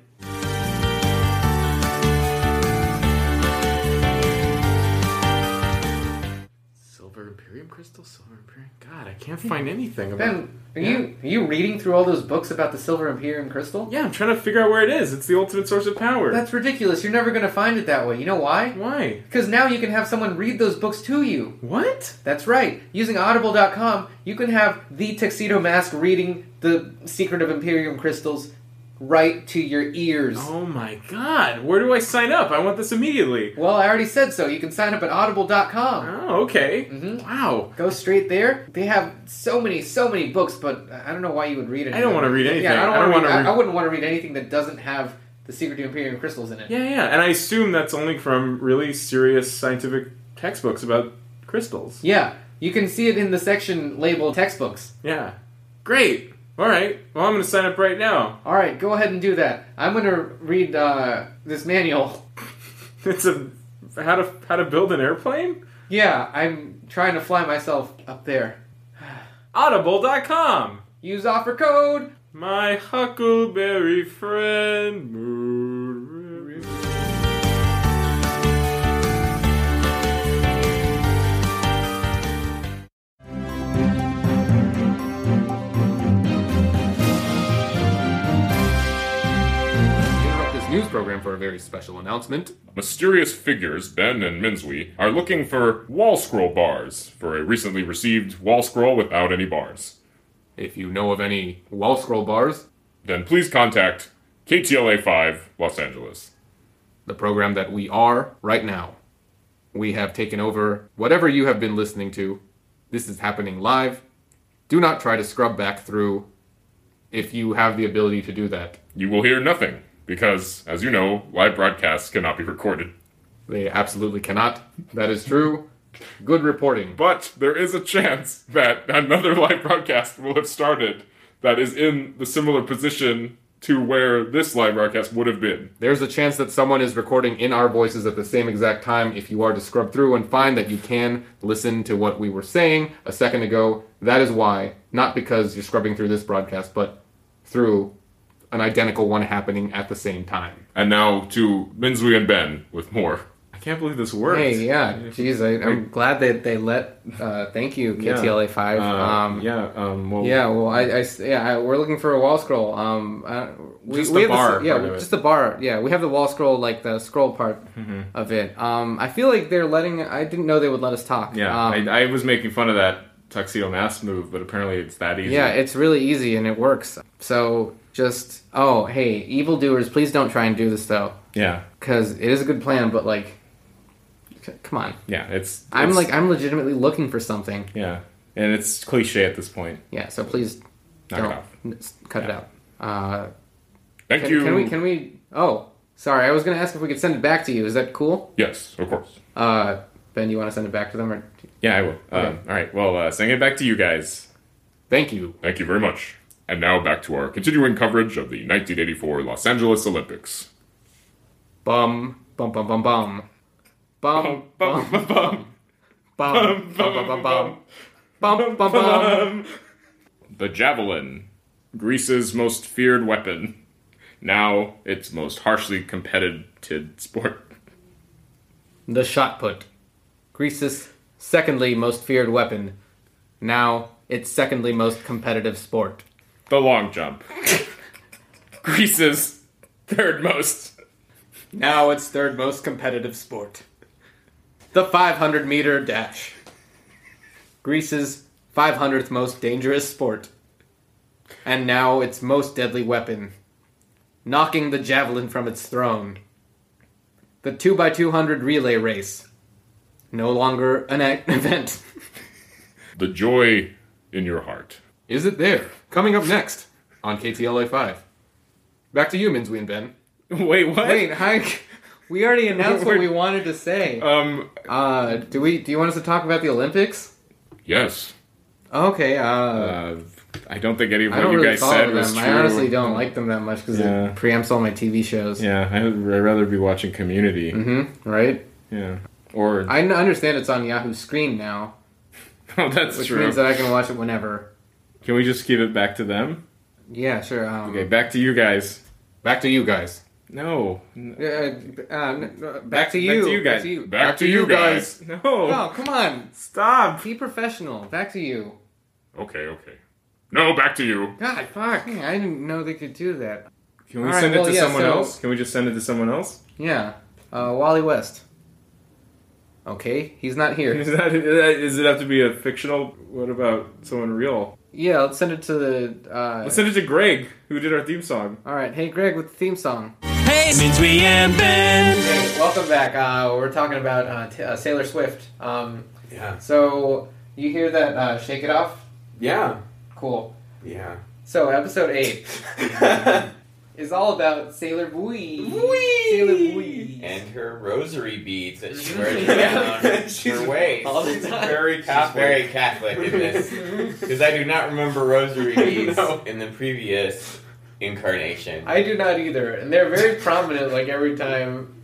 Silver Imperium crystal, silver Imperium. God, I can't find anything about. Ben, are you are you reading through all those books about the silver imperium crystal? Yeah, I'm trying to figure out where it is. It's the ultimate source of power. That's ridiculous. You're never gonna find it that way. You know why? Why? Because now you can have someone read those books to you. What? That's right. Using audible.com, you can have the tuxedo mask reading The Secret of Imperium Crystals right to your ears. Oh my God! Where do I sign up? I want this immediately. Well, I already said so. You can sign up at audible.com. Oh, okay. Mhm. Wow. Go straight there. They have so many, so many books, but I don't know why you would read it. I don't want to read anything. Yeah, I don't, want to. read. I, I wouldn't want to read anything that doesn't have The Secret of Imperium Crystals in it. Yeah, yeah. And I assume that's only from really serious scientific textbooks about crystals. Yeah, you can see it in the section labeled textbooks. Yeah. Great. All right. Well, I'm going to sign up right now. All right, go ahead and do that. I'm going to read uh, this manual. It's a how to how to build an airplane. Yeah, I'm trying to fly myself up there. Audible.com. Use offer code. My huckleberry friend. Moon. interrupt this news program for a very special announcement. Mysterious figures, Ben and Minzwi, are looking for wall scroll bars for a recently received wall scroll without any bars. If you know of any wall scroll bars, Then please contact KTLA 5 Los Angeles. the program that we are right now, we have taken over whatever you have been listening to. This is happening live. Do not try to scrub back through if you have the ability to do that. You will hear nothing, because, as you know, live broadcasts cannot be recorded. They absolutely cannot. That is true. Good reporting. But there is a chance that another live broadcast will have started that is in the similar position to where this live broadcast would have been. There's a chance that someone is recording in our voices at the same exact time. If you are to scrub through and find that you can listen to what we were saying a second ago, that is why. Not because you're scrubbing through this broadcast, but through an identical one happening at the same time. And now to Minzui and Ben with more. I can't believe this worked. Hey, yeah, jeez, I, I'm glad that they let. Uh, thank you, Yeah. KTLA five. Uh, um, yeah. yeah. Um, well, well, I, I s- yeah, I, we're looking for a wall scroll. Um, uh, we, Just we the have s- bar yeah, part of it. Mm-hmm. just the bar. Yeah, we have the wall scroll, like the scroll part of it. Um, I feel like they're letting. I didn't know they would let us talk. Yeah, um, I, I was making fun of that tuxedo mask move, but apparently it's that easy. Yeah, it's really easy and it works. So just oh hey, evildoers, please don't try and do this though, yeah, because it is a good plan. But like, c- come on, yeah. It's I'm it's- like I'm legitimately looking for something. yeah, and it's cliche at this point. Yeah, so please Knock don't it off. n- s- cut it out. Uh, Thank can, you. can we? Can we? Oh, sorry, I was gonna ask if we could send it back to you. Is that cool? Yes, of course. Uh, ben, you want to send it back to them or? Yeah, I will. Um, all right. Well, uh, send it back to you guys. Thank you. Thank you very much. And now back to our continuing coverage of the 1984 Los Angeles Olympics. Bum, bum, bum, bum, bum. Bum, bum, bum, bum. Bum, bum, bum, bum, bum. Bum bum bum. The javelin, Greece's most feared weapon, now its most harshly competitive sport. The shot put. Greece's secondly most feared weapon. Now its secondly most competitive sport. The long jump, Greece's third most. Now its third most competitive sport. The 500 meter dash. Greece's 500th most dangerous sport. And now its most deadly weapon. Knocking the javelin from its throne. The 2x200 relay race. No longer an ac- event. The joy in your heart. Is it there? Coming up next on KTLA 5. Back to you, Minzwi and Ben. Wait, what? Wait, Hike. We already announced what we wanted to say. Um, Uh, do we? Do you want us to talk about the Olympics? Yes. Okay. Uh, uh, I don't think any of I what don't you really guys follow said them. was true. I honestly don't like them that much because Yeah. it preempts all my TV shows. Yeah, I'd r- rather be watching Community. Mm-hmm, right. Yeah, or I n- understand it's on Yahoo Screen now, oh, that's which true. means that I can watch it whenever. Can we just give it back to them? Yeah, sure. Um, Okay, back to you guys. Back to you guys. No, N- Uh, uh, n- uh, back, Back- to back you. to you guys. Back to you. Back, to, you guys. no, Oh, come on. stop. Be professional. Back to you. Okay, okay. No, back to you. God, fuck. I didn't know they could do that. Can we All right, send well, it to yeah, someone so- else? Can we just send it to someone else? Yeah. Uh, Wally West. Okay, he's not here. Is that, does it have to be a fictional? What about someone real? Yeah, let's send it to the. Uh, Let's send it to Greg, who did our theme song. all right, hey Greg with the theme song. Hey, Minswe and Ben. Hey, welcome back. Uh, we're talking about uh, t- uh, Sailor Swift. Um, Yeah. so you hear that uh, "Shake It Off"? Yeah. Cool. Yeah. So episode eight is all about Sailor Buoy. Sailor Buoy. And her rosary beads that she Mm-hmm. wears around She's her waist. all the She's time. very Catholic. very Catholic in this. Because I do not remember rosary beads No. in the previous incarnation. I do not either, and they're very prominent. Like every time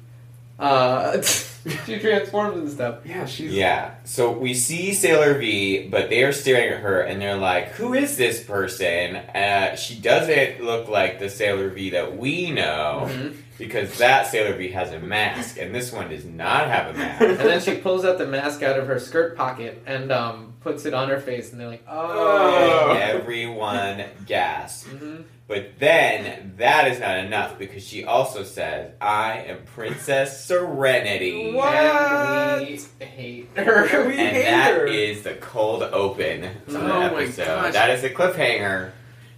uh, she transforms and stuff. Yeah, she's. Yeah. So we see Sailor V, but they are staring at her and they're like, "Who is this person?" Uh, she doesn't look like the Sailor V that we know Mm-hmm. Mm-hmm. because that Sailor V has a mask and this one does not have a mask. And then she pulls out the mask out of her skirt pocket and um, puts it on her face, and they're like, Oh. "Oh." And Everyone gasps. Mhm. But then that is not enough because she also says, "I am Princess Serenity." And we hate her. We And hate her. that is the cold open to the Oh my episode. gosh. That is a cliffhanger.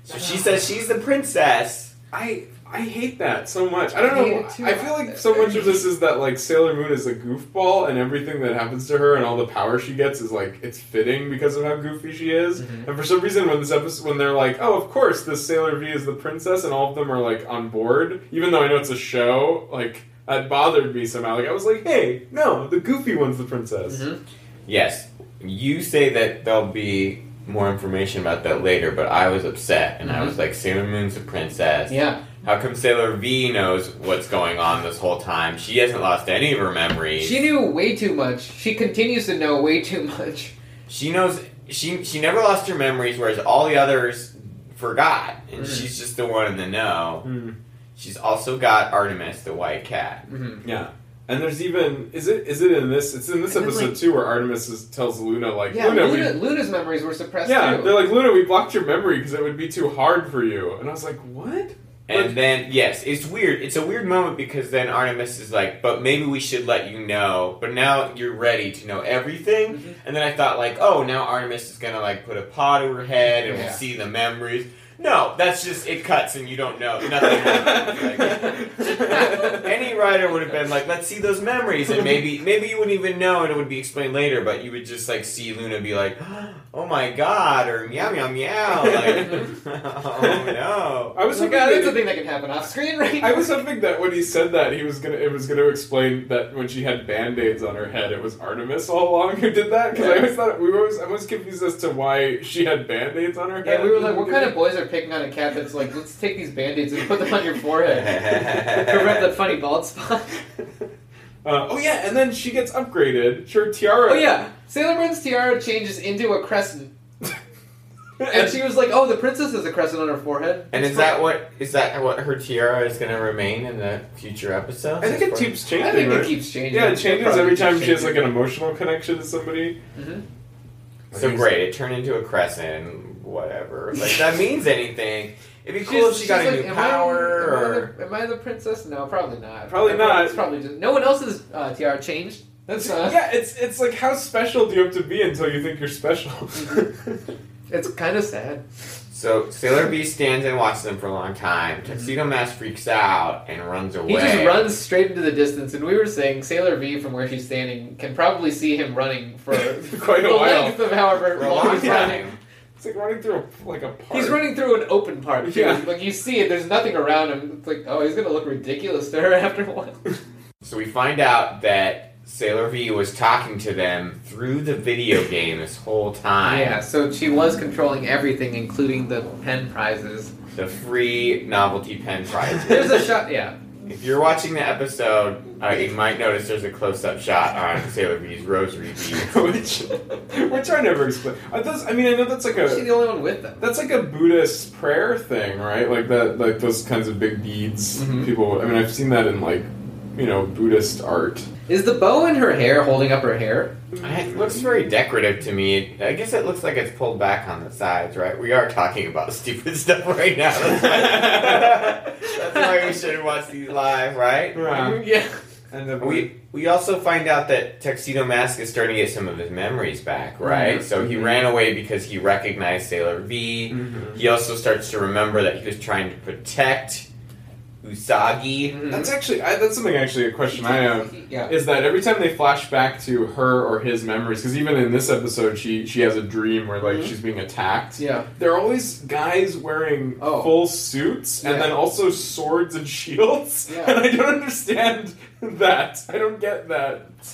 So she says she's the princess. I I hate that so much. I I don't hate know. it too. I feel like so much of this is that like Sailor Moon is a goofball, and everything that happens to her and all the power she gets is like it's fitting because of how goofy she is. And for some reason, when this episode, when they're like, "Oh, of course, this Sailor V is the princess," and all of them are like on board, even though I know it's a show, like. that bothered me somehow. Like I was like, hey, no, the goofy one's the princess. Mm-hmm. Mm-hmm. Yes, you say that there'll be more information about that later, but I was upset Mm-hmm. and I was like, Sailor Moon's a princess. Yeah. How come Sailor V knows what's going on this whole time? She hasn't lost any of her memories. She knew way too much. She continues to know way too much. she knows she she never lost her memories, whereas all the others forgot, and she's just the one in the know. Hmm. Mm. She's also got Artemis, the white cat. Mm-hmm. Yeah. And there's even is it is it in this it's in this And then, episode like- too where Artemis is, tells Luna like Yeah, Luna, Luna, we, Luna's memories were suppressed yeah too. they're like Luna we blocked your memory because it would be too hard for you and I was like what And then yes, it's weird. It's a weird moment because then Artemis is like, "But maybe we should let you know." But now you're ready to know everything. And then I thought like, "Oh, now Artemis is gonna like put a paw to her head and Yeah. we'll see the memories." No, that's just it cuts and you don't know nothing. happens. Like, any writer would have been like, "Let's see those memories," and maybe maybe you wouldn't even know, and it would be explained later. But you would just like see Luna be like, "Oh my god," or "Meow meow meow," like, "Oh no." I was Like, hoping oh, that that's a thing that can happen off screen, right? I was hoping that when he said that he was gonna it was gonna explain that when she had band aids on her head it was Artemis all along who did that because I always thought we were always I was confused as to why she had band aids on her head yeah, we were like, what kind of boys are picking on a cat that's like, let's take these band-aids and put them on your forehead to prevent that funny bald spot? uh, oh yeah and then she gets upgraded sure tiara Oh yeah, Sailor Moon's tiara changes into a crescent, and she was like, "Oh, the princess has a crescent on her forehead." And It's is fine. that what is that what her tiara is going to remain in the future episodes? I think it keeps changing I think right? it keeps changing. Yeah, it changes probably every keeps time she has like changing. an emotional connection to somebody. Mhm. so great. It turned into a crescent, whatever. Like that means anything. It'd be cool if She's- she got she's a like, new "Am I- power am I or the- Am I the princess? No, probably not. Probably Everyone- not. It's probably just no one else's uh, tiara changed. That's uh, not. Yeah, it's it's like how special do you have to be until you think you're special? It's kind of sad. so. Sailor V stands and watches them for a long time. Mm-hmm. Tuxedo Mask freaks out and runs away. He just runs straight into the distance, and we were saying Sailor V from where she's standing can probably see him running for Quite a the while. length of however for a long long he's running. time. It's like running through a, like a park. He's running through an open park. too. Yeah. Like you see it, there's nothing around him. It's like, oh, he's gonna look ridiculous to her after a while. So we find out that Sailor V was talking to them through the video game this whole time. Yeah, so she was controlling everything, including the pen prizes. The free novelty pen prize. There's a shot. Yeah, If you're watching the episode, uh, you might notice there's a close-up shot on Sailor V's rosary beads. which which I never explain. Are those, I mean, I know that's like she's a the only one with them. that's like a Buddhist prayer thing, right? Like that, like those kinds of big beads. Mhm. People, I mean, I've seen that in like you know Buddhist art. Is the bow in her hair holding up her hair? It looks very decorative to me. I guess it looks like it's pulled back on the sides, right? We are talking about stupid stuff right now. That's why, that's why we should watch these live, right? Yeah. Yeah. And the We we also find out that Tuxedo Mask is starting to get some of his memories back, right? So he ran away because he recognized Sailor V. Mhm. He also starts to remember that he was trying to protect Usagi. That's actually I, that's something actually a question I have. Mm-hmm. Yeah. is that every time they flash back to her or his memories because even in this episode she she has a dream where like she's being attacked Mm-hmm. Yeah. they're always guys wearing Oh. full suits Yeah. and then also swords and shields Yeah. and i don't understand that i don't get that So,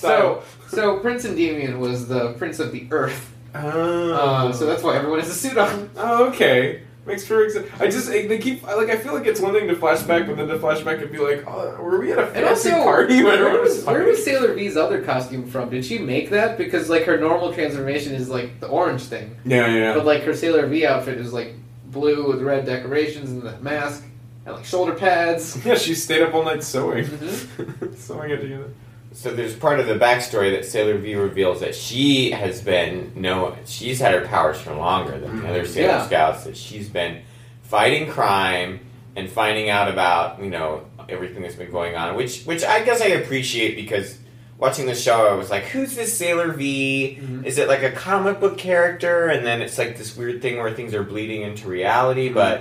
style. so Prince Endymion was the prince of the earth, oh. um, so that's why everyone has a suit on. oh okay Makes perfect sense. I just I, they keep I, like I feel like it's one thing to flash back, but then to flash back and be like, oh, were we at a And fancy also, party when where everyone was, where fighting? was Sailor V's other costume from? Did she make that? Because like her normal transformation is like the orange thing, Yeah, yeah. but like her Sailor V outfit is like blue with red decorations and the mask and like shoulder pads. Yeah, she stayed up all night sewing. sewing it together. So there's part of the backstory that Sailor V reveals that she has been no, she's had her powers for longer than the other Sailor Mm-hmm. Yeah. Scouts. That she's been fighting crime and finding out about you know everything that's been going on, which which I guess I appreciate because watching the show, I was like, who's this Sailor V? Mm-hmm. Is it like a comic book character? And then it's like this weird thing where things are bleeding into reality, but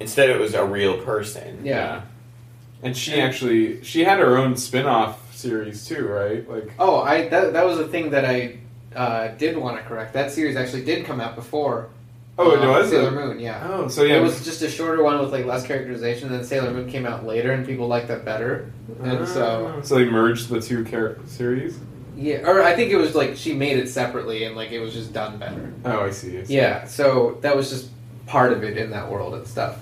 instead it was a real person. Mm-hmm. Yeah. And she actually she had her own spin-off series too, right? Like Oh, I that, that was a thing that I uh, did want to correct. That series actually did come out before Oh, it um, was? Sailor Moon. Yeah. Oh, so yeah. It was just a shorter one with like less characterization. Then Sailor Moon came out later, and people liked that better. And so, Ah, so they merged the two char- series. yeah, or I think it was like she made it separately, and like it was just done better. Oh, I see. I see. Yeah, so that was just part of it in that world and stuff.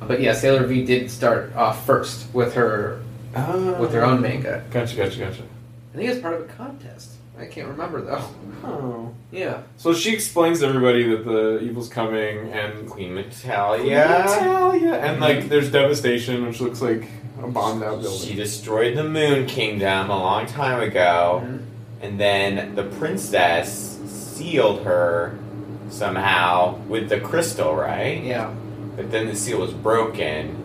But yeah, Sailor V did start off first with her Ah. with her own manga. Gotcha, gotcha, gotcha. I think it was part of a contest. I can't remember though. Oh. Yeah. So she explains to everybody that the evil's coming and Queen Metalia. Italia. And like, there's devastation, which looks like a bombed out building. She destroyed the Moon Kingdom a long time ago, Mhm. and then the princess sealed her somehow with the crystal, right? Yeah. But then the seal was broken.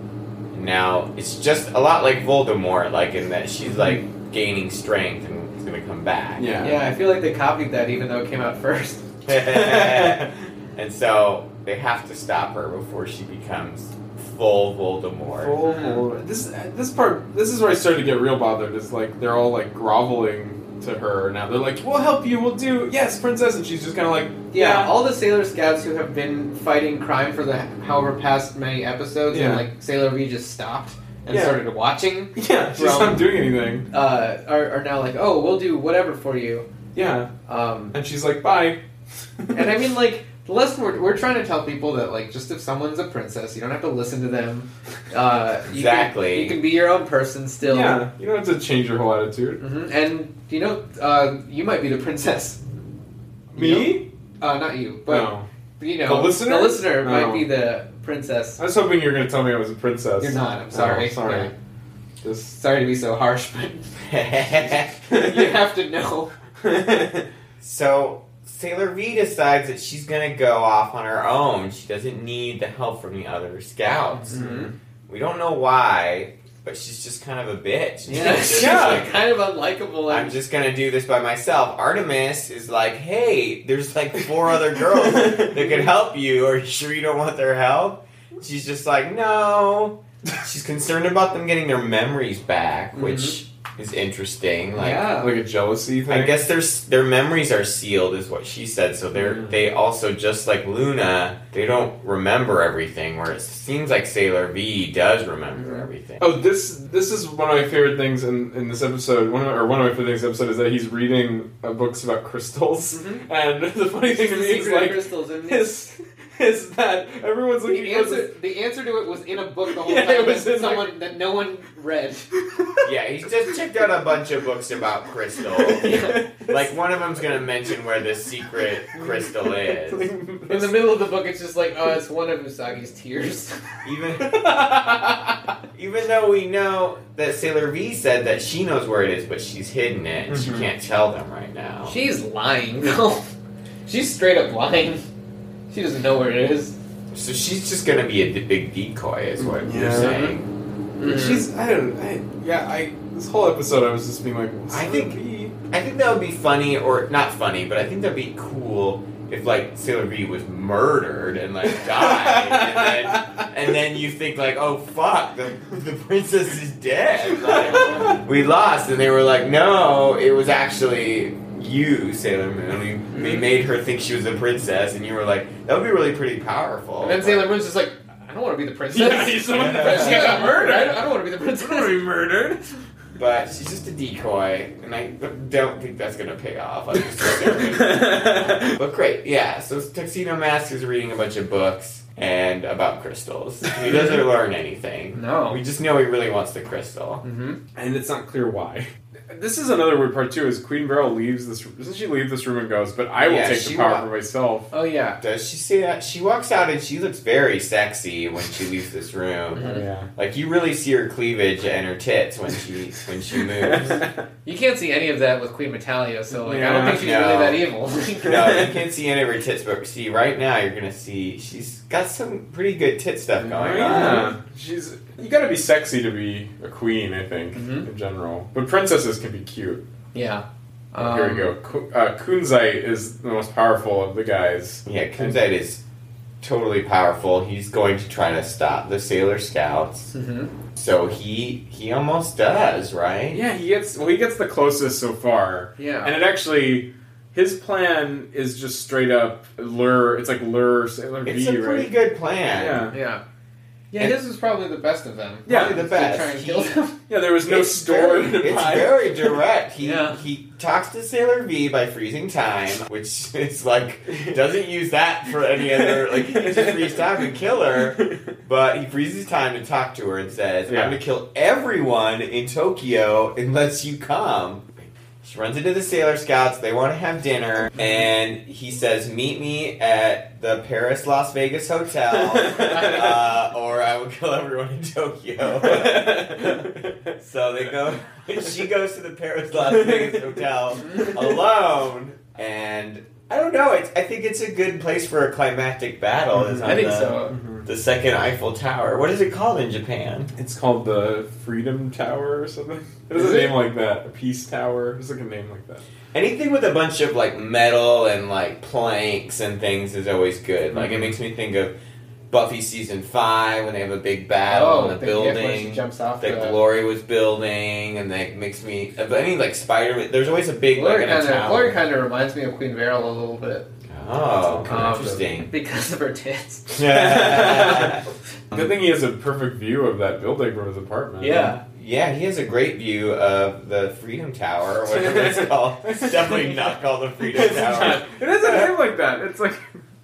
And now it's just a lot like Voldemort, like in that she's like gaining strength and is gonna come back. Yeah. Yeah, I feel like they copied that even though it came out first. and so they have to stop her before she becomes full Voldemort. Full bore. This this part this is where I started to get real bothered. Is like they're all like groveling to her now. They're like, "We'll help you. We'll do yes, princess." And she's just kind of like, Yeah, "Yeah, all the Sailor Scouts who have been fighting crime for the however past many episodes, Yeah. and like Sailor V just stopped and Yeah. started watching, yeah." She's Well- not doing anything. uh, are, are now like, oh, we'll do whatever for you. Yeah, Um, and she's like, "Bye." and I mean, like, the lesson we're, we're trying to tell people that, like, just if someone's a princess, you don't have to listen to them. Uh, you Exactly. Can, you can be your own person still. yeah, you don't have to change your whole attitude. hmm And, you know, uh, you might be the princess. Me? Uh, not you, but, no. you know, The listener? listener No. might Oh. be the princess. I was hoping you were gonna tell me I was a princess. You're not, I'm Oh, sorry. sorry. Yeah. Just. Sorry to be so harsh, but you have to know. so Sailor V decides that she's gonna go off on her own. She doesn't need the help from the other scouts. Mm-hmm. We don't know why, but she's just kind of a bitch. Yeah, She's Yeah. like, kind of unlikable. I'm And, just gonna do this by myself. Artemis is like, hey, there's like four other girls that could help you. Are you sure you don't want their help? She's just like, no. She's concerned about them getting their memories back, which is interesting. Like, yeah. Like a jealousy thing. I guess their s- their memories are sealed, is what she said. So they're they also just like Luna, they don't remember everything. Where it seems like Sailor V does remember everything. Oh, this this is one of my favorite things in, in this episode. One of, or one of my favorite things in this episode is that he's reading uh, books about crystals. Mm-hmm. And the funny thing to me is secret like crystals and is is that everyone's looking the because answer, the answer to it was in a book the whole Yeah, time it was that in there. someone that no one read. Yeah, he's just checked out a bunch of books about crystal. Like one of them's gonna mention where this secret crystal is. In the middle of the book, it's just like, oh, it's one of Usagi's tears. Even even though we know that Sailor V said that she knows where it is, but she's hidden it and she can't tell them right now. She's lying though. She's straight up lying. She doesn't know where it is. So she's just gonna be a d- big decoy, is what you're Yeah. saying. Mm. she's I don't I, yeah I this whole episode I was just being like what's I that think- be? I think that would be funny, or not funny, but I think that'd be cool if like Sailor V was murdered and like died, and then, and then you think like, oh fuck, the, the princess is dead. Like, we lost, and they were like, no, it was actually you, Sailor Moon. We, we Mm. made her think she was a princess, and you were like, that would be really pretty powerful. And then Sailor Moon's just like, I don't want to be the princess. Yeah, he's the one that She got murdered. I don't, I don't want to be the princess. murdered. But she's just a decoy, and I don't think that's gonna pay off. I'm just but great, yeah. So Tuxedo Mask is reading a bunch of books and about crystals. He doesn't learn anything. No. Mm-hmm. we just know he really wants the crystal. and it's not clear why. This is another weird part too. Is Queen Beryl leaves this? Doesn't she leave this room and goes? But I will Yeah, take the she power wa- for myself. Oh yeah. Does she see that? She walks out and she looks very sexy when she leaves this room. Yeah. Like you really see her cleavage and her tits when she when she moves. You can't see any of that with Queen Metalia, so like I don't Yeah. think she's No. really that evil. No, you can't see any of her tits, but see right now you're gonna see she's got some pretty good tit stuff going on. Oh, Yeah. She's you gotta be sexy to be a queen, I think, Mm-hmm. in general. But princesses can be cute. yeah. Oh, Here we Um, go. Ku- Uh, Kunzai is the most powerful of the guys. Yeah, Kunzite is totally powerful. He's going to try to stop the Sailor Scouts. Mhm. So he he almost does, right? Yeah, he gets well. He gets the closest so far. Yeah. and it actually his plan is just straight up lure. It's like lure Sailor V, It's a pretty right? good plan. Yeah, Yeah. Yeah, And- his was probably the best of them. Yeah, Probably To the try best. and kill them. yeah. There was no It's store. in Very, the it's pie. very direct. He Yeah. he talks to Sailor V by freezing time, which is like doesn't use that for any other. Like he can just freeze time and kill her, but he freezes time to talk to her and says, Yeah. "I'm gonna kill everyone in Tokyo unless you come." She runs into the Sailor Scouts. They want to have dinner, and he says, "Meet me at the Paris Las Vegas hotel." uh, or I will kill everyone in Tokyo. so they go. She goes to the Paris Las Vegas hotel alone, and I don't know. It's, I think it's a good place for a climactic battle. Is Mm-hmm. on I think the, so. The second Eiffel Tower. What is it called in Japan? Mm-hmm. It's called the Freedom Tower or something. It has Is a it? name like that. A Peace Tower. It's like a name like that. Anything with a bunch of like metal and like planks and things is always good. Like it makes me think of. Buffy season five when they have a big battle oh, in the the gift Where building. she jumps off the. that Glory was building, and that makes me. But any like Spider, there's always a big Glory like in a kind of Glory tower. kind of reminds me of Queen Beryl a little bit Oh, Um, interesting. because of her tits. yeah, Good thing he has a perfect view of that building from his apartment. Yeah. he has a great view of the Freedom Tower or whatever it's called. It's definitely not called the Freedom It's Tower. not- it has a name like that. It's like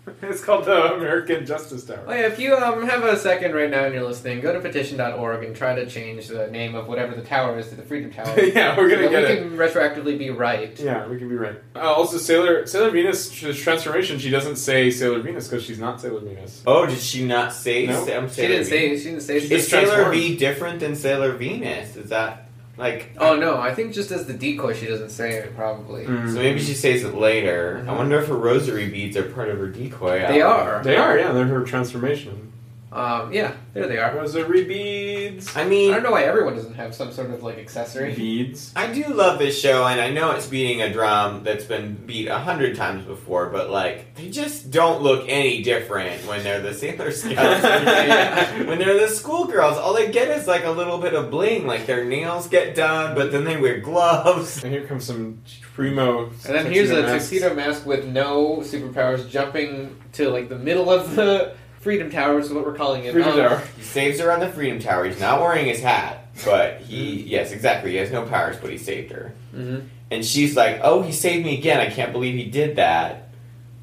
it's called the American Justice Tower. Oh yeah, if you um, have a second right now and you're listening, go to petition.org and try to change the name of whatever the tower is to the Freedom Tower. yeah, we're so gonna that get we it. can retroactively be right. Yeah, we can be right. Uh, also, Sailor Sailor Venus tr- transformation. She doesn't say Sailor Venus because she's not Sailor Venus. Oh, did she not say? No. Sam She didn't say. Sailor She didn't say. Venus? It's Is Sailor transformed. V different than Sailor Venus? Is that like? Oh no, I think just as the decoy, she doesn't say it. Probably Mm. Hmm. Mm-hmm. So maybe she says it later. I wonder if her rosary beads are part of her decoy. Mm-hmm. they are. They are, yeah, they're her transformation. Um, yeah, there they are. Rosary beads. I I mean, don't know why everyone doesn't have some sort of like accessory. Beads. I do love this show, and I know it's beating a drum that's been beat a hundred times before, but like they just don't look any different when they're the Sailor Scouts. when they're the schoolgirls, all they get is like a little bit of bling. Like their nails get done, but then they wear gloves. And here comes some primo. And then here's a masks. tuxedo mask with no superpowers, jumping to like the middle of the Freedom Tower, is what we're calling it. Freedom Um, Tower. He saves her on the Freedom Tower. He's not wearing his hat, but he Mm-hmm. yes, exactly. He has no powers, but he saved her. Mhm. And she's like, "Oh, he saved me again. I can't believe he did that."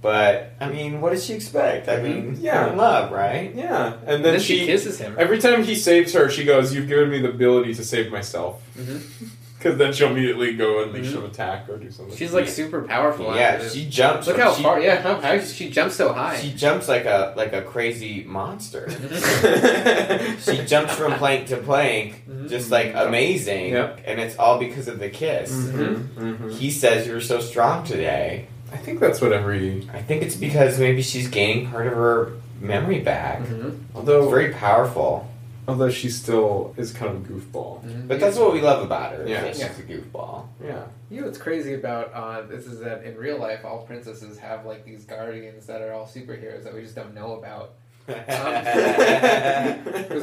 But I mean, what does she expect? I mean, Mm-hmm. Yeah. they're in love, right? Yeah, and Then, then she, kisses him. Every time he saves her, she goes, "You've given me the ability to save myself." Mhm. Because then she'll immediately go and leash some attack or do something. Mm-hmm. She's like super powerful. after Yeah, this. she jumps. Look how she, far. Yeah, how, how she jumps so high. She jumps like a like a crazy monster. Mm-hmm. she jumps from plank to plank, just like amazing. Yep. And it's all because of the kiss. Mm-hmm. hmm He says you were so strong today. I think that's what every. I think it's because maybe she's gaining part of her memory back. Mhm. It's Although, very powerful. although she still is kind of a goofball. But that's what we love about her. is Yeah. that She's Yeah. a goofball. Yeah. You know what's crazy about uh, this is that in real life, all princesses have like these guardians that are all superheroes that we just don't know about because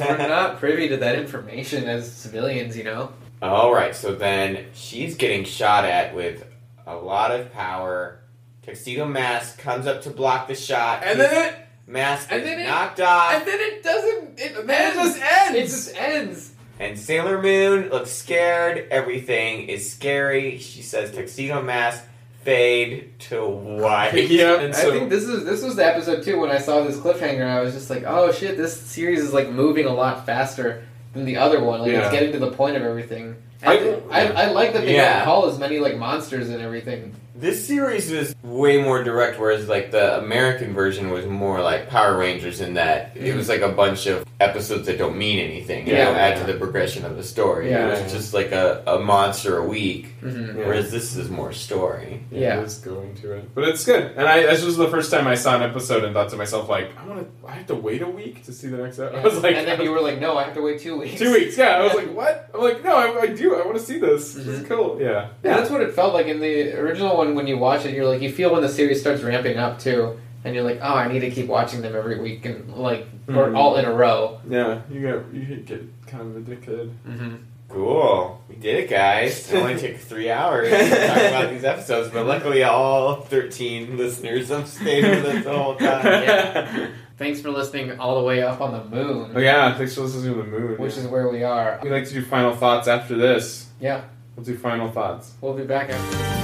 we're not privy to that information as civilians. You know, All right, so then she's getting shot at with a lot of power. Tuxedo Mask comes up to block the shot. it Mask and is then it- knocked off. and then it doesn't. It, then it just ends. It just ends. And Sailor Moon looks scared. Everything is scary. She says, Tuxedo Mask, fade to white. Yeah, and I so think this is this was the episode too when I saw this cliffhanger. I was just like, oh shit, this series is like moving a lot faster than the other one. Like Yeah. it's getting to the point of everything. I- And I, I, like that they Yeah. don't call as many like monsters and everything. This series is way more direct, whereas like the American version was more like Power Rangers in that it was like a bunch of episodes that don't mean anything. You Yeah. know, add to the progression of the story. Yeah. It was just like a, a monster a week, Mhm. Yeah. whereas this is more story. yeah, Yeah. it is going to it, but it's good. And I this was the first time I saw an episode and thought to myself like, I want to. I have to wait a week to see the next episode. I was like, and then you were like, no, I have to wait two weeks. two weeks. Yeah, I was like, what? I'm like, no, I, I do. I want to see this. This is Mm-hmm. cool. Yeah, Yeah, that's what it felt like in the original one. When you watch it, you're like, you feel when the series starts ramping up too, and you're like, oh, I need to keep watching them every week and like or Mhm. all in a row. yeah. You get you get kind of addicted. Mm-hmm. Cool. We did it, guys. It only took three hours to talk about these episodes, but luckily all 13 listeners have stayed with us the whole time. Yeah. Thanks for listening all the way up on the moon, Oh, yeah, thanks for listening to the moon. which is where we are. we like to do final thoughts after this. Yeah, We'll do final thoughts. we'll be back after.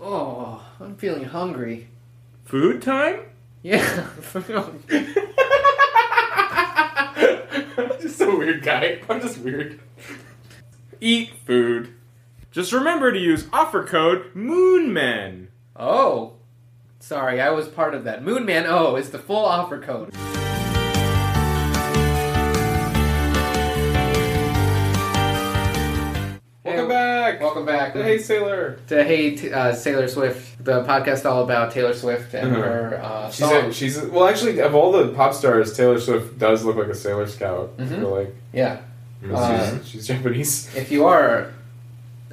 Oh, I'm feeling hungry. Food time? Yeah. I'm just a weird guy. I'm just weird. Eat food. Just remember to use offer code MOONMEN. oh, sorry, I was part of that. Moon Man O is the full offer code. Welcome Hey, mm-hmm. back. Welcome back. Hey, Sailor. to hate uh, Taylor Swift, the podcast all about Taylor Swift and Mhm. her uh, She's songs. a, she's a, well, actually, of all the pop stars, Taylor Swift does look like a Sailor Scout. I Mhm. feel like yeah, Uh, she's, she's Japanese. if you are,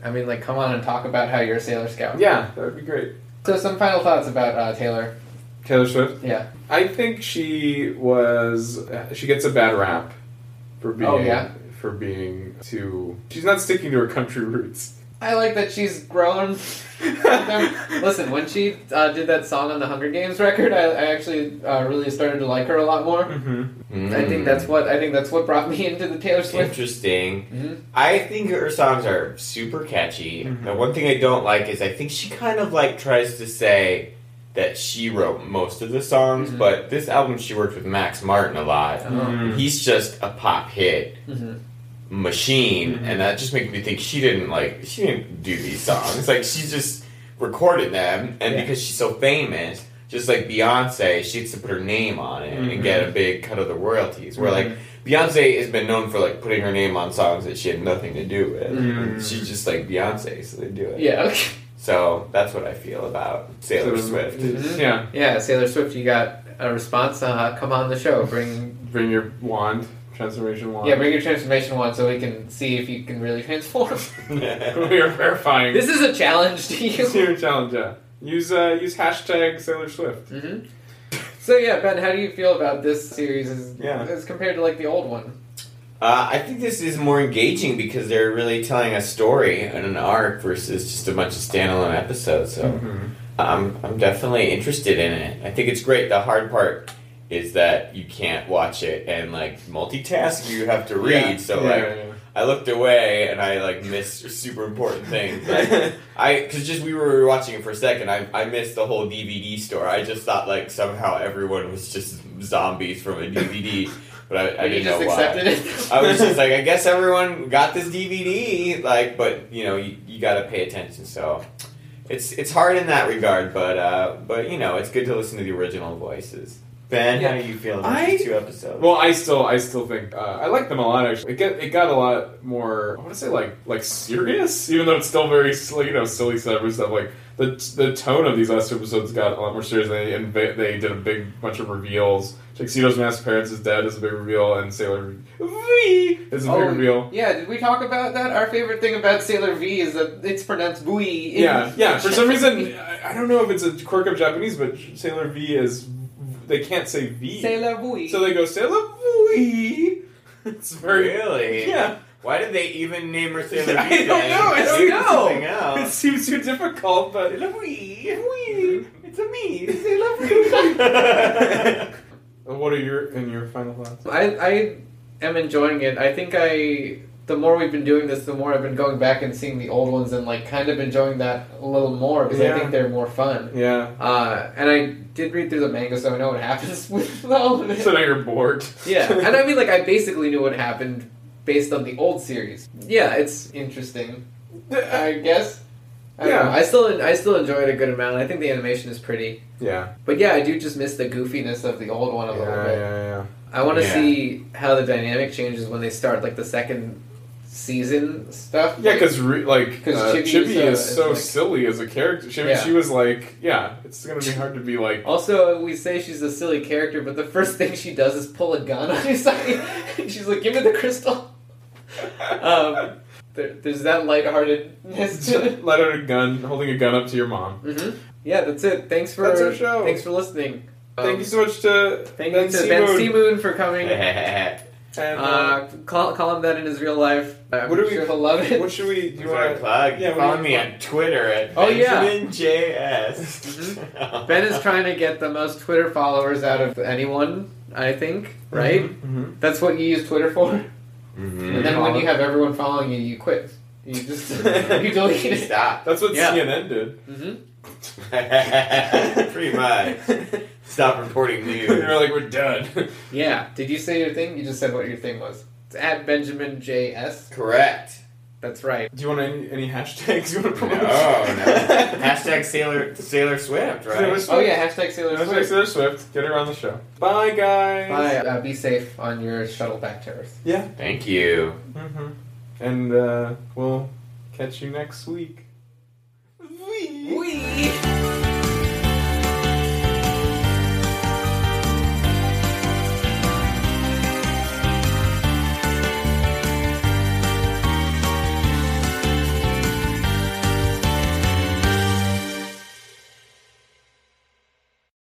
I mean, like, come on and talk about how you're a Sailor Scout. Yeah, that would be great. So, some final thoughts about uh, Taylor. Taylor Swift. Yeah. I think she was. She gets a bad rap for being. Oh, yeah? For being too. She's not sticking to her country roots. I like that she's grown. Listen, when she uh, did that song on the Hunger Games record, I, I actually uh, really started to like her a lot more. I Mm. think that's what I think that's what brought me into the Taylor Mm-hmm. Swift. Hmm. interesting. Mhm. I think her songs are super catchy. The one thing I don't like is I think she kind of like tries to say that she wrote most of the songs, but this album she worked with Max Martin a lot. He's just a pop hit Mhm. machine, and that just makes me think she didn't like she didn't do these songs. like she just recorded them, and Yeah. because she's so famous. Just like Beyonce, she gets to put her name on it and get Mm-hmm. a big cut of the royalties. Where like Beyonce has been known for like putting her name on songs that she had nothing to do with. She's just like Beyonce, so they do it. Mm. Yeah. Okay. So that's what I feel about Sailor Swift. Yeah. Yeah, Sailor Swift, you got a response. Uh, come on the show. Bring Bring your wand, transformation wand. yeah, bring your transformation wand so we can see if you can really transform. we are verifying. this is a challenge to It's you. your challenge. Yeah. Use uh, use hashtag Sailor Swift. hmm So yeah, Ben, how do you feel about this series as, Yeah. as compared to like the old one? Uh, I think this is more engaging because they're really telling a story and an arc versus just a bunch of standalone episodes. So Mm-hmm. um, I'm definitely interested in it. I think it's great. The hard part is that you can't watch it and like multitask. You have to read. So yeah, like yeah, yeah. I looked away and I like missed super important things. Like, I because just we were watching it for a second. I I missed the whole DVD store. I just thought like somehow everyone was just zombies from a DVD, but I, I you didn't just know why. accepted it. I was just like, I guess everyone got this DVD, like, but you know, you, you got to pay attention. So it's it's hard in that regard, but uh, but you know, it's good to listen to the original voices. Ben, how do you feel about these I- two episodes? Well, I still, I still think uh, I like them a lot. Actually, it get, it got a lot more. I want to say like like serious, even though it's still very like, you know silly stuff and stuff. Like the the tone of these last two episodes got a lot more serious. They and they they did a big bunch of reveals. Tuxedo's masked parents is dead is a big reveal, and Sailor V is Oh, a big reveal. yeah. Did we talk about that? Our favorite thing about Sailor V is that it's pronounced buoy. in- Yeah, yeah. For some reason, I I don't know if it's a quirk of Japanese, but Sailor V is they can't say V, Sailor buoy. so they go Sailor V. It's very really, yeah. Why did they even name her Sailor I V don't then? know, I don't Do know. something It else. seems too difficult, but It's a me. Sailor V. what are your and your final thoughts? I, I am enjoying it. I think I the more we've been doing this, the more I've been going back and seeing the old ones and like kind of enjoying that a little more because Yeah. I think they're more fun. Yeah. Uh, and I did read through the manga, so I know what happens with all of it. So now you're bored. yeah, and I mean like I basically knew what happened based on the old series. Yeah, it's interesting. I guess. I don't Yeah. know. I still I still enjoy it a good amount. I think the animation is pretty. yeah. But yeah, I do just miss the goofiness of the old one a Yeah. little Yeah. bit. Yeah. I want to Yeah. see how the dynamic changes when they start like the second season stuff. Yeah, because re- like 'Cause uh, Chibi is, Chibi uh, is, is so like- silly as a character. Chibi, Yeah. she was like, yeah, it's gonna be hard to be like. also we say she's a silly character, but the first thing she does is pull a gun on his side. she's like, "Give me the crystal." Um, there, there's that lightheartedness to it. Let out a gun, holding a gun up to your mom. hmm Yeah, that's it. Thanks for Mm-hmm. That's our show. thanks for listening. Um, Thank you so much to Thank Ben you to Ben Seamoon. C. Moon for coming. What's And, uh, Uh, call, call him that in his real life. I'm What do we- sure he'll love it. what should we do? You our wanna- plug? Yeah, Follow we- me on Twitter at Oh, yeah. Mm-hmm. BenjaminJS. Ben is trying to get the most Twitter followers out of anyone, I think, right? Mhm. That's what you use Twitter for. Mhm. Mm-hmm. And then when you have everyone following you, you quit. You just you delete it. Stop. That's what Yeah. CNN did. hmm Pretty much. Stop reporting they were news. like, we're done. Yeah. Did you say your thing? You just said what your thing was. It's at Benjamin JS. Correct. Oh, That's right. do you want any, any hashtags you want to No, no. promote? Hashtag Sailor Sailor Swift, Sailor right? Swift. Oh yeah. Hashtag Sailor Hashtag Swift. Taylor Swift. Get her on the show. Bye, guys. Bye. Uh, be safe on your shuttle back to Earth. Thank you. hmm And uh, we'll catch you next week. Wee. Wee.